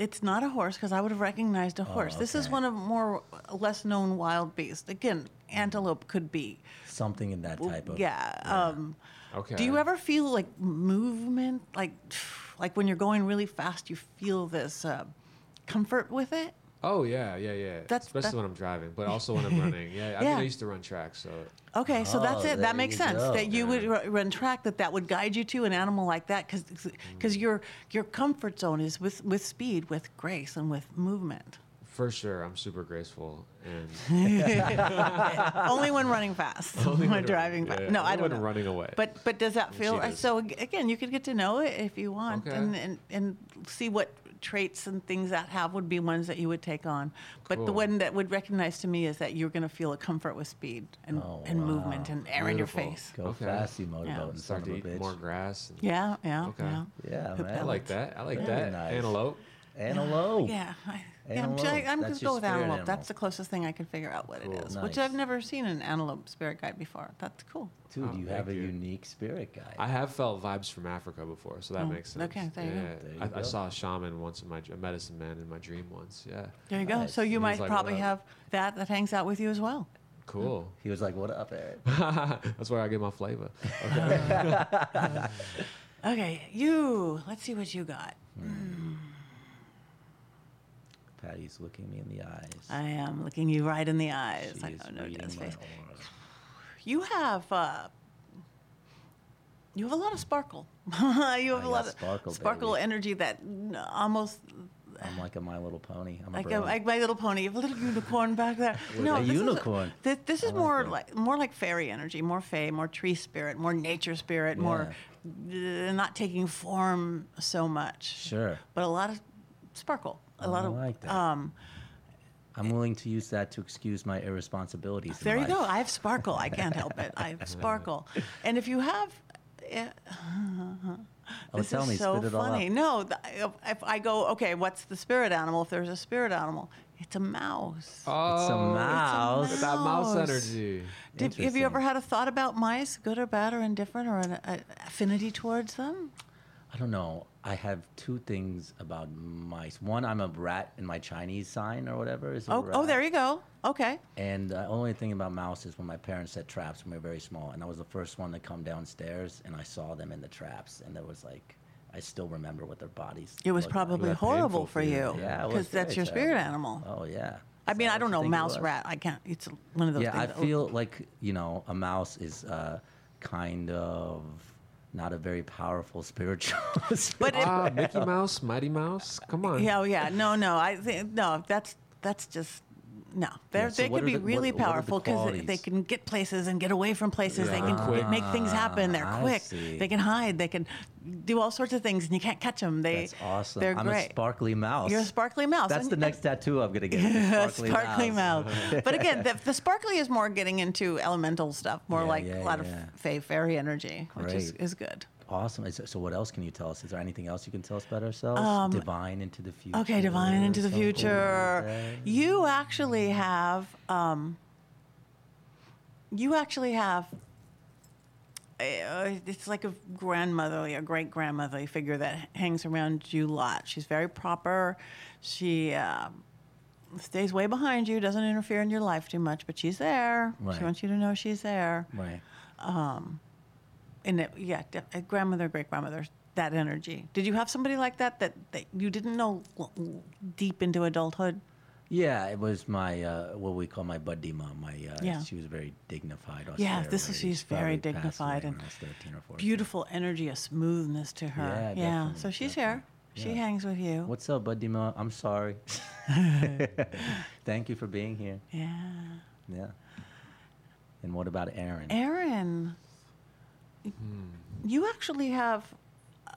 [SPEAKER 14] it's not a horse because I would have recognized a horse. This is
[SPEAKER 9] Oh, okay.
[SPEAKER 14] one of more less known wild beasts. Again, antelope could be.
[SPEAKER 9] Something in that type of.
[SPEAKER 14] Yeah. Um,
[SPEAKER 13] Okay.
[SPEAKER 14] Do you ever feel like movement, like like when you're going really fast, you feel this uh, comfort with it?
[SPEAKER 13] Oh yeah, yeah, yeah.
[SPEAKER 14] That's-
[SPEAKER 13] Especially
[SPEAKER 14] that-
[SPEAKER 13] when I'm driving, but also when I'm running. Yeah, I mean,
[SPEAKER 14] Yeah.
[SPEAKER 13] I used to run track, so
[SPEAKER 14] Okay, so that's
[SPEAKER 13] Oh,
[SPEAKER 14] it.
[SPEAKER 13] there
[SPEAKER 14] That makes
[SPEAKER 13] you
[SPEAKER 14] sense
[SPEAKER 13] go.
[SPEAKER 14] that you would r- run track. That that would guide you to an animal like that, because
[SPEAKER 13] Mm.
[SPEAKER 14] your your comfort zone is with with speed, with grace, and with movement.
[SPEAKER 13] for sure, I'm super graceful and
[SPEAKER 14] Only when running fast,
[SPEAKER 13] Only
[SPEAKER 14] when,
[SPEAKER 13] when
[SPEAKER 14] driving
[SPEAKER 13] running-
[SPEAKER 14] fast.
[SPEAKER 13] yeah,
[SPEAKER 14] no,
[SPEAKER 13] only
[SPEAKER 14] I don't
[SPEAKER 13] when
[SPEAKER 14] know.
[SPEAKER 13] running away.
[SPEAKER 14] But but does that
[SPEAKER 13] And
[SPEAKER 14] feel uh,
[SPEAKER 13] cheaters.
[SPEAKER 14] so? ag- Again, you could get to know it if you want,
[SPEAKER 13] Okay.
[SPEAKER 14] and, and and see what traits and things that have would be ones that you would take on. But the
[SPEAKER 13] Cool.
[SPEAKER 14] one that would recognize to me is that you're going to feel a comfort with speed and and movement and air in your
[SPEAKER 13] Oh, Beautiful.
[SPEAKER 14] face.
[SPEAKER 9] Go fast, you motorboat, and son
[SPEAKER 13] start
[SPEAKER 9] of a
[SPEAKER 13] to eat
[SPEAKER 9] bitch.
[SPEAKER 13] more grass. and-
[SPEAKER 14] Yeah, yeah,
[SPEAKER 13] Okay.
[SPEAKER 14] yeah.
[SPEAKER 9] Yeah,
[SPEAKER 14] Who
[SPEAKER 9] man.
[SPEAKER 13] I like that. I like that. Antelope.
[SPEAKER 9] Antelope.
[SPEAKER 14] Yeah, I, yeah I'm,
[SPEAKER 9] Antelope.
[SPEAKER 14] I'm going
[SPEAKER 9] That's
[SPEAKER 14] to
[SPEAKER 9] your
[SPEAKER 14] go with
[SPEAKER 9] spirit
[SPEAKER 14] antelope.
[SPEAKER 9] animal.
[SPEAKER 14] That's the closest thing I could figure out what
[SPEAKER 9] Cool.
[SPEAKER 14] it is, which
[SPEAKER 9] Nice.
[SPEAKER 14] I've never seen an antelope spirit guide before. That's cool.
[SPEAKER 9] Dude,
[SPEAKER 13] Oh,
[SPEAKER 9] you
[SPEAKER 13] thank
[SPEAKER 9] have a
[SPEAKER 13] you.
[SPEAKER 9] unique spirit guide.
[SPEAKER 13] I have felt vibes from Africa before, so that
[SPEAKER 14] Oh,
[SPEAKER 13] makes sense.
[SPEAKER 14] okay, there you go. There
[SPEAKER 9] you
[SPEAKER 13] I,
[SPEAKER 9] go.
[SPEAKER 13] I saw a shaman once in my dr- a medicine man in my dream once. Yeah.
[SPEAKER 14] There you go. So
[SPEAKER 13] He
[SPEAKER 14] you
[SPEAKER 13] was
[SPEAKER 14] might
[SPEAKER 13] like,
[SPEAKER 14] probably
[SPEAKER 13] "What up?"
[SPEAKER 14] have that that hangs out with you as well.
[SPEAKER 13] Cool.
[SPEAKER 9] He was like, "What up, Eric?"
[SPEAKER 13] That's where I get my flavor. Okay.
[SPEAKER 14] Okay, you. Let's see what you got.
[SPEAKER 9] Patty's looking me in the eyes.
[SPEAKER 14] I "Oh, am looking you right in the eyes.
[SPEAKER 9] She
[SPEAKER 14] I
[SPEAKER 9] is
[SPEAKER 14] don't know
[SPEAKER 9] reading
[SPEAKER 14] Dad's
[SPEAKER 9] my
[SPEAKER 14] face.
[SPEAKER 9] aura.
[SPEAKER 14] You have uh, you have a lot of sparkle. you have a
[SPEAKER 9] got
[SPEAKER 14] lot
[SPEAKER 9] sparkle,
[SPEAKER 14] of sparkle
[SPEAKER 9] baby.
[SPEAKER 14] energy that n- almost
[SPEAKER 9] I'm like a My Little Pony. I'm
[SPEAKER 14] like
[SPEAKER 9] a,
[SPEAKER 14] a,
[SPEAKER 9] brony.
[SPEAKER 14] like My Little Pony, you have a little unicorn back there.
[SPEAKER 9] With a
[SPEAKER 14] this is
[SPEAKER 9] unicorn.
[SPEAKER 14] thi- this is more
[SPEAKER 9] that.
[SPEAKER 14] like more like fairy energy, more fae, more tree spirit, more nature spirit, more uh, not taking form so much.
[SPEAKER 9] Sure.
[SPEAKER 14] But a lot of sparkle, a lot
[SPEAKER 9] I
[SPEAKER 14] of
[SPEAKER 9] like that.
[SPEAKER 14] um.
[SPEAKER 9] I'm willing to use that to excuse my irresponsibilities. in
[SPEAKER 14] There you
[SPEAKER 9] life.
[SPEAKER 14] go. I have sparkle. I can't help it. I have sparkle, and if you have, eh,
[SPEAKER 9] Oh,
[SPEAKER 14] this
[SPEAKER 9] tell
[SPEAKER 14] is
[SPEAKER 9] me,
[SPEAKER 14] so
[SPEAKER 9] spit it all out.
[SPEAKER 14] funny. No, th- if I go, okay, what's the spirit animal? If there's a spirit animal, it's a mouse.
[SPEAKER 13] Oh,
[SPEAKER 9] mouse.
[SPEAKER 13] It's that mouse
[SPEAKER 14] mouse.
[SPEAKER 13] energy.
[SPEAKER 14] Did, have you ever had a thought about mice, good or bad or indifferent, or an a, affinity towards them?
[SPEAKER 9] I don't know. I have two things about mice. One, I'm a rat in my Chinese sign or whatever. Is a
[SPEAKER 14] Oh,
[SPEAKER 9] rat.
[SPEAKER 14] oh, there you go. Okay.
[SPEAKER 9] And the only thing about mouse is when my parents set traps when we were very small, and I was the first one to come downstairs, and I saw them in the traps, and there was like, I still remember what their bodies.
[SPEAKER 14] It was
[SPEAKER 9] looked like.
[SPEAKER 14] probably horrible for you
[SPEAKER 9] Yeah, it was
[SPEAKER 14] because that's
[SPEAKER 9] very
[SPEAKER 14] your spirit
[SPEAKER 9] terrible.
[SPEAKER 14] animal.
[SPEAKER 9] Oh yeah.
[SPEAKER 14] I mean, I don't
[SPEAKER 9] you
[SPEAKER 14] know,
[SPEAKER 9] think it
[SPEAKER 14] mouse,
[SPEAKER 9] was?
[SPEAKER 14] rat. I can't. It's one of those
[SPEAKER 9] yeah,
[SPEAKER 14] things.
[SPEAKER 9] I feel like you know a mouse is uh, kind of not a very powerful spiritual.
[SPEAKER 14] But it-
[SPEAKER 13] Ah, Mickey Mouse, Mighty Mouse. Come on.
[SPEAKER 14] Yeah, oh, yeah. No, no. I think no. That's that's just no. They're,
[SPEAKER 13] Yeah, so
[SPEAKER 14] they
[SPEAKER 13] what
[SPEAKER 14] can
[SPEAKER 13] are
[SPEAKER 14] be
[SPEAKER 13] the- what-
[SPEAKER 14] really
[SPEAKER 13] what are the
[SPEAKER 14] powerful because they
[SPEAKER 13] qualities?
[SPEAKER 14] can get places and get away from places. They
[SPEAKER 13] Yeah.
[SPEAKER 14] can
[SPEAKER 13] Quick.
[SPEAKER 14] make things happen. They're
[SPEAKER 9] Ah, I
[SPEAKER 14] quick.
[SPEAKER 9] see.
[SPEAKER 14] They can hide. They can do all sorts of things, and you can't catch them. They
[SPEAKER 9] That's awesome.
[SPEAKER 14] They're
[SPEAKER 9] I'm
[SPEAKER 14] great.
[SPEAKER 9] a sparkly mouse.
[SPEAKER 14] You're a sparkly mouse.
[SPEAKER 9] That's
[SPEAKER 14] And-
[SPEAKER 9] the next tattoo I'm gonna get. is a
[SPEAKER 14] sparkly, mouth. but again, the, the sparkly is more getting into elemental stuff, more
[SPEAKER 9] Yeah,
[SPEAKER 14] like
[SPEAKER 9] yeah,
[SPEAKER 14] a lot
[SPEAKER 9] yeah.
[SPEAKER 14] of fey fairy energy, which is,
[SPEAKER 9] Great.
[SPEAKER 14] is good.
[SPEAKER 9] Awesome. Is, so, what else can you tell us? Is there anything else you can tell us about ourselves?
[SPEAKER 14] Um,
[SPEAKER 9] divine into the future.
[SPEAKER 14] Okay, divine into the
[SPEAKER 9] something like
[SPEAKER 14] future.
[SPEAKER 9] that.
[SPEAKER 14] You actually have, um, you actually have. uh, It's like a grandmotherly, a great grandmotherly figure that hangs around you a lot. She's very proper. She um stays way behind you, doesn't interfere in your life too much, but she's there.
[SPEAKER 9] Right.
[SPEAKER 14] She wants you to know she's there.
[SPEAKER 9] Right.
[SPEAKER 14] Um, and it, yeah, de- a grandmother, great grandmother, that energy. Did you have somebody like that that, that you didn't know l- l- deep into adulthood?
[SPEAKER 9] Yeah, it was my uh, what we call my buddy mom. My uh,
[SPEAKER 14] Yeah.
[SPEAKER 9] she was very dignified.
[SPEAKER 14] Yeah,
[SPEAKER 9] austere,
[SPEAKER 14] this is
[SPEAKER 9] very-
[SPEAKER 14] she's very
[SPEAKER 9] probably passed away
[SPEAKER 14] dignified and
[SPEAKER 9] when I was 13 or 14.
[SPEAKER 14] beautiful energy, a smoothness to her.
[SPEAKER 9] Yeah, definitely,
[SPEAKER 14] so she's here. She
[SPEAKER 9] Yeah.
[SPEAKER 14] hangs with you.
[SPEAKER 9] What's up, buddy mom? I'm sorry. Thank you for being here.
[SPEAKER 14] Yeah.
[SPEAKER 9] Hmm. Yeah. And what about Aaron?
[SPEAKER 14] Aaron,
[SPEAKER 9] Hmm.
[SPEAKER 14] you actually have uh,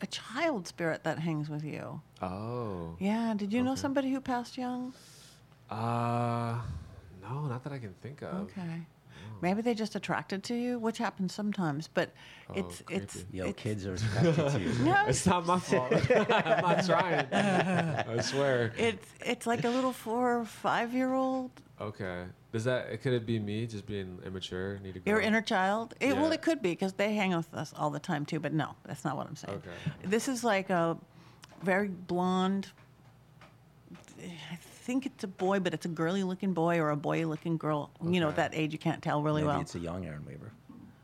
[SPEAKER 14] a child spirit that hangs with you.
[SPEAKER 13] Oh.
[SPEAKER 14] Yeah. Did you know
[SPEAKER 13] Okay.
[SPEAKER 14] somebody who passed young?
[SPEAKER 13] Uh, no, not that I can think
[SPEAKER 9] Oh.
[SPEAKER 13] of.
[SPEAKER 14] Okay. Maybe they just attracted to you, which happens sometimes, but
[SPEAKER 9] Oh,
[SPEAKER 14] it's it's
[SPEAKER 9] Yo,
[SPEAKER 14] it's-
[SPEAKER 9] kids are attracted to you.
[SPEAKER 14] No.
[SPEAKER 13] It's not my fault. I'm not trying. I swear.
[SPEAKER 14] it's it's like a little four or five year old
[SPEAKER 13] Okay. Does that could it be me just being immature? Need to grow
[SPEAKER 14] your
[SPEAKER 13] up?
[SPEAKER 14] inner child. It, Well,
[SPEAKER 13] Yeah.
[SPEAKER 14] it could be because they hang with us all the time too. But no, that's not what I'm saying.
[SPEAKER 13] Okay.
[SPEAKER 14] This is like a very blonde. I think it's a boy, but it's a girly looking boy or a boy looking girl. You know, at
[SPEAKER 13] Okay.
[SPEAKER 14] that age you can't tell really
[SPEAKER 9] Maybe
[SPEAKER 14] well.
[SPEAKER 9] it's a young Aaron Weaver.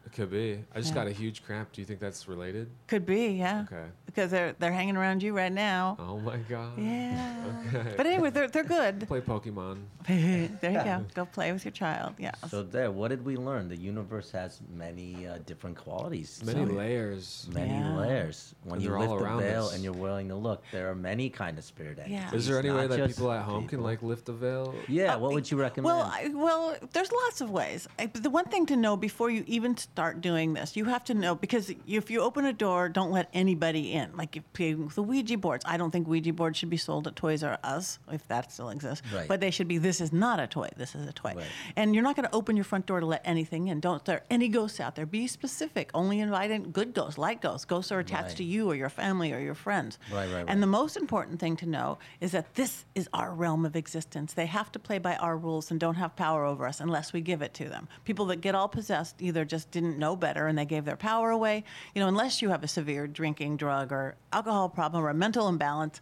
[SPEAKER 13] It could be. I just
[SPEAKER 14] Yeah.
[SPEAKER 13] got a huge cramp. Do you think that's related?
[SPEAKER 14] Could be, yeah.
[SPEAKER 13] Okay.
[SPEAKER 14] Because they're they're hanging around you right now.
[SPEAKER 13] Oh my god.
[SPEAKER 14] Yeah.
[SPEAKER 13] Okay.
[SPEAKER 14] But anyway, they're they're good.
[SPEAKER 13] Play Pokemon.
[SPEAKER 14] there you go. Go play with your child. Yeah.
[SPEAKER 9] So there, what did we learn? The universe has many uh, different qualities.
[SPEAKER 13] Many
[SPEAKER 9] So-
[SPEAKER 13] layers.
[SPEAKER 9] Many
[SPEAKER 13] Yeah.
[SPEAKER 9] layers. When
[SPEAKER 13] And
[SPEAKER 9] you
[SPEAKER 13] they're all
[SPEAKER 9] lift the
[SPEAKER 13] around
[SPEAKER 9] veil
[SPEAKER 13] us.
[SPEAKER 9] and you're willing to look, there are many kind of spirit entities.
[SPEAKER 14] Yeah.
[SPEAKER 13] Is there any
[SPEAKER 9] not
[SPEAKER 13] way that
[SPEAKER 9] just
[SPEAKER 13] people at home can
[SPEAKER 9] people.
[SPEAKER 13] like lift the veil?
[SPEAKER 9] Yeah. What would you recommend?
[SPEAKER 14] Uh, Well, I, well, there's lots of ways. I, but the one thing to know before you even start doing this, you have to know because if you open a door, don't let anybody in. Like if you- the Ouija boards, I don't think Ouija boards should be sold at Toys R Us if that still exists.
[SPEAKER 11] Right.
[SPEAKER 14] But they should be. This is not a toy. This is a toy. And you're not going to open your front door to let anything in. Don't there are any ghosts out there? Be specific. Only invite in good ghosts, light ghosts. Ghosts are attached
[SPEAKER 9] Right.
[SPEAKER 14] to you or your family or your friends.
[SPEAKER 9] Right, right, right.
[SPEAKER 14] And the most important thing to know is that this is our realm of existence. They have to play by our rules and don't have power over us unless we give it to them. People that get all possessed either just didn't know better and they gave their power away. You know, unless you have a severe drinking, drug, or alcohol problem or a mental imbalance,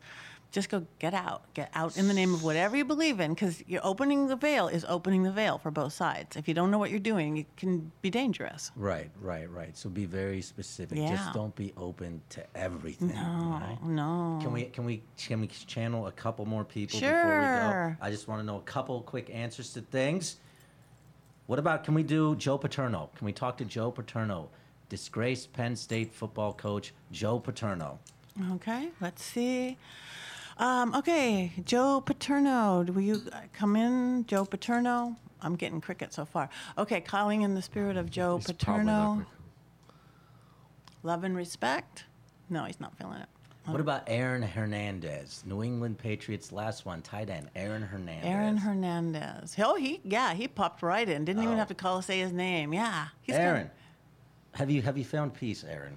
[SPEAKER 14] just go get out. Get out in the name of whatever you believe in because you're opening the veil is opening the veil for both sides. If you don't know what you're doing, it can be dangerous.
[SPEAKER 9] Right, right, right. So be very specific.
[SPEAKER 14] Yeah.
[SPEAKER 9] Just don't be open to everything.
[SPEAKER 14] No,
[SPEAKER 9] right?
[SPEAKER 14] no.
[SPEAKER 9] Can we can we can we channel a couple more people before we
[SPEAKER 14] Sure.
[SPEAKER 9] go? I just want to know a couple quick answers to things. What about can we do Joe Paterno? Can we talk to Joe Paterno, disgraced Penn State football coach Joe Paterno?
[SPEAKER 14] Okay, let's see. Um, okay, Joe Paterno, do- will you uh, come in, Joe Paterno? I'm getting cricket so far. Okay, calling in the spirit of Joe
[SPEAKER 13] probably not
[SPEAKER 14] Paterno. Love and respect. No, he's not feeling it.
[SPEAKER 9] What about Aaron Hernandez, New England Patriots last one tight end Aaron Hernandez?
[SPEAKER 14] Aaron Hernandez. Oh, he yeah, he popped right in. Didn't even have to call say his name. Yeah, he's
[SPEAKER 9] Aaron, Have you have you found peace, Aaron?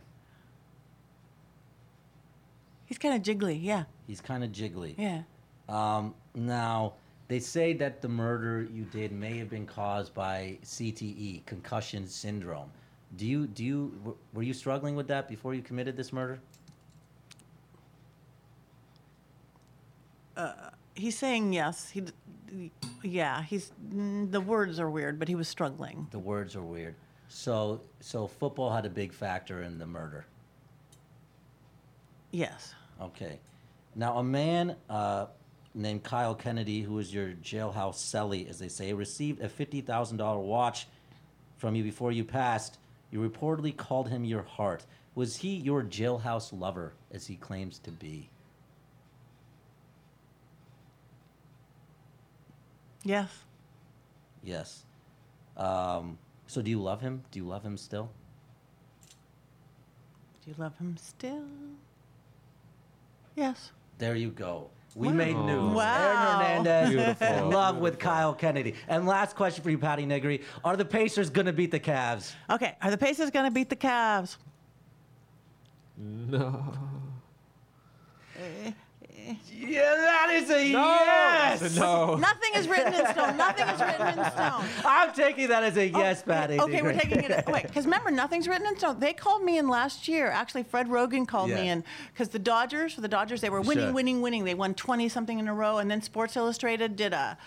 [SPEAKER 14] He's kind of jiggly, yeah.
[SPEAKER 9] He's kind of jiggly.
[SPEAKER 14] Yeah.
[SPEAKER 9] Um, now they say that the murder you did may have been caused by CTE, concussion syndrome. Do you do you w- were you struggling with that before you committed this murder?
[SPEAKER 14] Uh, he's saying yes. He, d- yeah. He's mm, the words are weird, but he was struggling.
[SPEAKER 9] The words are weird. So so football had a big factor in the murder.
[SPEAKER 14] Yes.
[SPEAKER 9] Okay. Now, a man uh, named Kyle Kennedy, who was your jailhouse cellie, as they say, received a $50,000 watch from you before you passed. You reportedly called him your heart. Was he your jailhouse lover, as he claims to be?
[SPEAKER 14] Yes.
[SPEAKER 9] Yes. Um, so, do you love him? Do you love him still?
[SPEAKER 14] Do you love him still? Yes.
[SPEAKER 9] There you go. We
[SPEAKER 14] Wow.
[SPEAKER 9] made news.
[SPEAKER 14] Wow.
[SPEAKER 9] Aaron Hernandez
[SPEAKER 14] Beautiful.
[SPEAKER 9] in love with Kyle Kennedy. And last question for you, Patty Negri. Are the Pacers going to beat the Cavs?
[SPEAKER 14] Okay. Are the Pacers going to beat the Cavs?
[SPEAKER 13] No.
[SPEAKER 9] Yeah, that is a
[SPEAKER 14] No.
[SPEAKER 9] yes.
[SPEAKER 13] No.
[SPEAKER 14] Nothing is written in stone. Nothing is written in stone.
[SPEAKER 9] I'm taking that as a yes, Patty.
[SPEAKER 14] Oh, Okay, we're
[SPEAKER 9] Negri.
[SPEAKER 14] taking it. Wait, because remember, nothing's written in stone. They called me in last year. Actually, Fred Rogan called me
[SPEAKER 9] Yeah.
[SPEAKER 14] in because the Dodgers, for the Dodgers, they were winning,
[SPEAKER 9] Sure.
[SPEAKER 14] winning, winning. They won 20 something in a row. And then Sports Illustrated did a.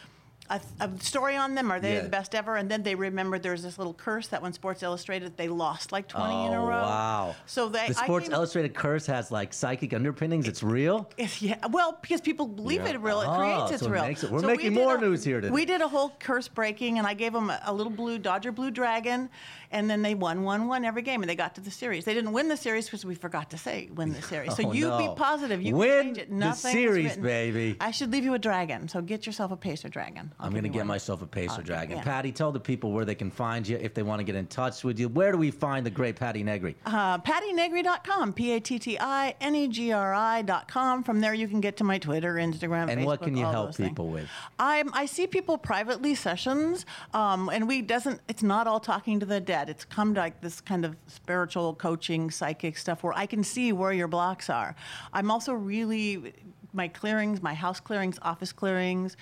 [SPEAKER 14] A, a story on them. Are they
[SPEAKER 9] Yeah.
[SPEAKER 14] the best ever? And then they remembered there was this little curse that when Sports Illustrated they lost like 20 in a
[SPEAKER 9] Oh,
[SPEAKER 14] row.
[SPEAKER 9] wow.
[SPEAKER 14] So they-
[SPEAKER 9] the
[SPEAKER 14] I
[SPEAKER 9] Sports
[SPEAKER 14] came-
[SPEAKER 9] Illustrated curse has like psychic underpinnings. It's real.
[SPEAKER 14] If- yeah, well, because people believe
[SPEAKER 9] Yeah.
[SPEAKER 14] it real, it
[SPEAKER 9] Oh,
[SPEAKER 14] creates its
[SPEAKER 9] so it
[SPEAKER 14] real.
[SPEAKER 9] makes it- we're
[SPEAKER 14] So
[SPEAKER 9] making
[SPEAKER 14] we did
[SPEAKER 9] more
[SPEAKER 14] a-
[SPEAKER 9] news here today.
[SPEAKER 14] We did a whole curse breaking, and I gave them a, a little blue Dodger blue dragon, and then they won, won, won every game, and they got to the series. They didn't win the series because we forgot to say win the series. So
[SPEAKER 9] Oh,
[SPEAKER 14] you be
[SPEAKER 9] no.
[SPEAKER 14] positive. You can
[SPEAKER 9] Win
[SPEAKER 14] change it.
[SPEAKER 9] the
[SPEAKER 14] Nothing is
[SPEAKER 9] series,
[SPEAKER 14] written.
[SPEAKER 9] baby.
[SPEAKER 14] I should leave you a dragon. So get yourself a pacer dragon.
[SPEAKER 9] I'm going to get myself a Pacer
[SPEAKER 14] Okay,
[SPEAKER 9] Dragon.
[SPEAKER 14] Uh, yeah.
[SPEAKER 9] Patty, tell the people where they can find you if they want to get in touch with you. Where do we find the great Patty Negri?
[SPEAKER 14] Uh, PattyNegri.com, P A T T I N E G R I.com. From there, you can get to my Twitter, Instagram,
[SPEAKER 9] And
[SPEAKER 14] Facebook,
[SPEAKER 9] what can you
[SPEAKER 14] all
[SPEAKER 9] help
[SPEAKER 14] those things.
[SPEAKER 9] people with?
[SPEAKER 14] I'm, I see people privately sessions, um, and we doesn't. It's not all talking to the dead. It's come to like this kind of spiritual coaching, psychic stuff where I can see where your blocks are. I'm also really my clearings, my house clearings, office clearings,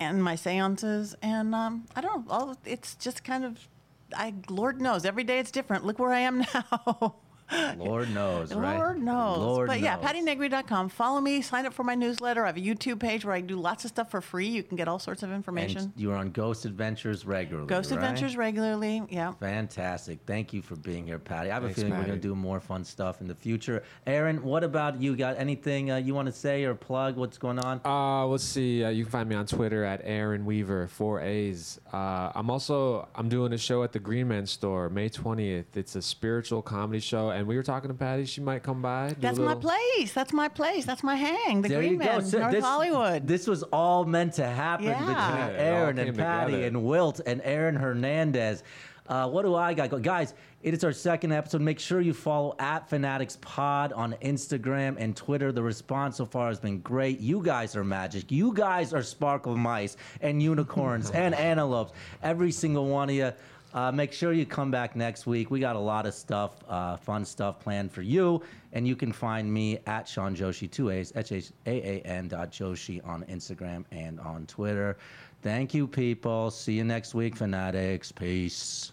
[SPEAKER 14] and my seances, and um, I don't know. All it's just kind of, I Lord knows, every day it's different. Look where I am now.
[SPEAKER 9] Lord knows, right?
[SPEAKER 14] Lord knows.
[SPEAKER 9] Lord
[SPEAKER 14] but yeah,
[SPEAKER 9] knows.
[SPEAKER 14] pattynegri.com. Follow me, sign up for my newsletter. I have a YouTube page where I do lots of stuff for free. You can get all sorts of
[SPEAKER 9] And
[SPEAKER 14] information.
[SPEAKER 9] you're on Ghost Adventures regularly.
[SPEAKER 14] Ghost
[SPEAKER 9] right?
[SPEAKER 14] Adventures regularly. Yeah.
[SPEAKER 9] Fantastic. Thank you for being here, Patty. I have
[SPEAKER 13] Thanks,
[SPEAKER 9] a feeling we're going
[SPEAKER 13] Patty.
[SPEAKER 9] to do more fun stuff in the future. Aaron, what about you? Got anything uh, you want to say or plug? What's going on?
[SPEAKER 13] Uh, let's see. Uh, you can find me on Twitter at Aaron Weaver, four A's. Uh, I'm also I'm doing a show at the Green Man Store May 20th. It's a spiritual comedy show, and we were talking to Patty. She might come by. do a
[SPEAKER 14] That's my
[SPEAKER 13] little-
[SPEAKER 14] place. That's my place. That's my hang. The
[SPEAKER 9] there
[SPEAKER 14] Green
[SPEAKER 9] you go.
[SPEAKER 14] Man,
[SPEAKER 9] So
[SPEAKER 14] North
[SPEAKER 9] this,
[SPEAKER 14] Hollywood.
[SPEAKER 9] This was all meant to happen
[SPEAKER 14] Yeah. Yeah,
[SPEAKER 9] between
[SPEAKER 14] it all
[SPEAKER 9] Aaron and
[SPEAKER 13] came
[SPEAKER 9] Patty
[SPEAKER 13] together.
[SPEAKER 9] and Wilt and Aaron Hernandez. Uh, what do I got? go- Guys, it is our second episode. Make sure you follow at Fanatics Pod on Instagram and Twitter. The response so far has been great. You guys are magic. You guys are sparkle mice and unicorns and antelopes. Every single one of you. Uh, make sure you come back next week. We got a lot of stuff, uh, fun stuff planned for you. And you can find me at Sean Joshi, two A's, H H A A N dot Joshi on Instagram and on Twitter. Thank you, people. See you next week, fanatics. Peace.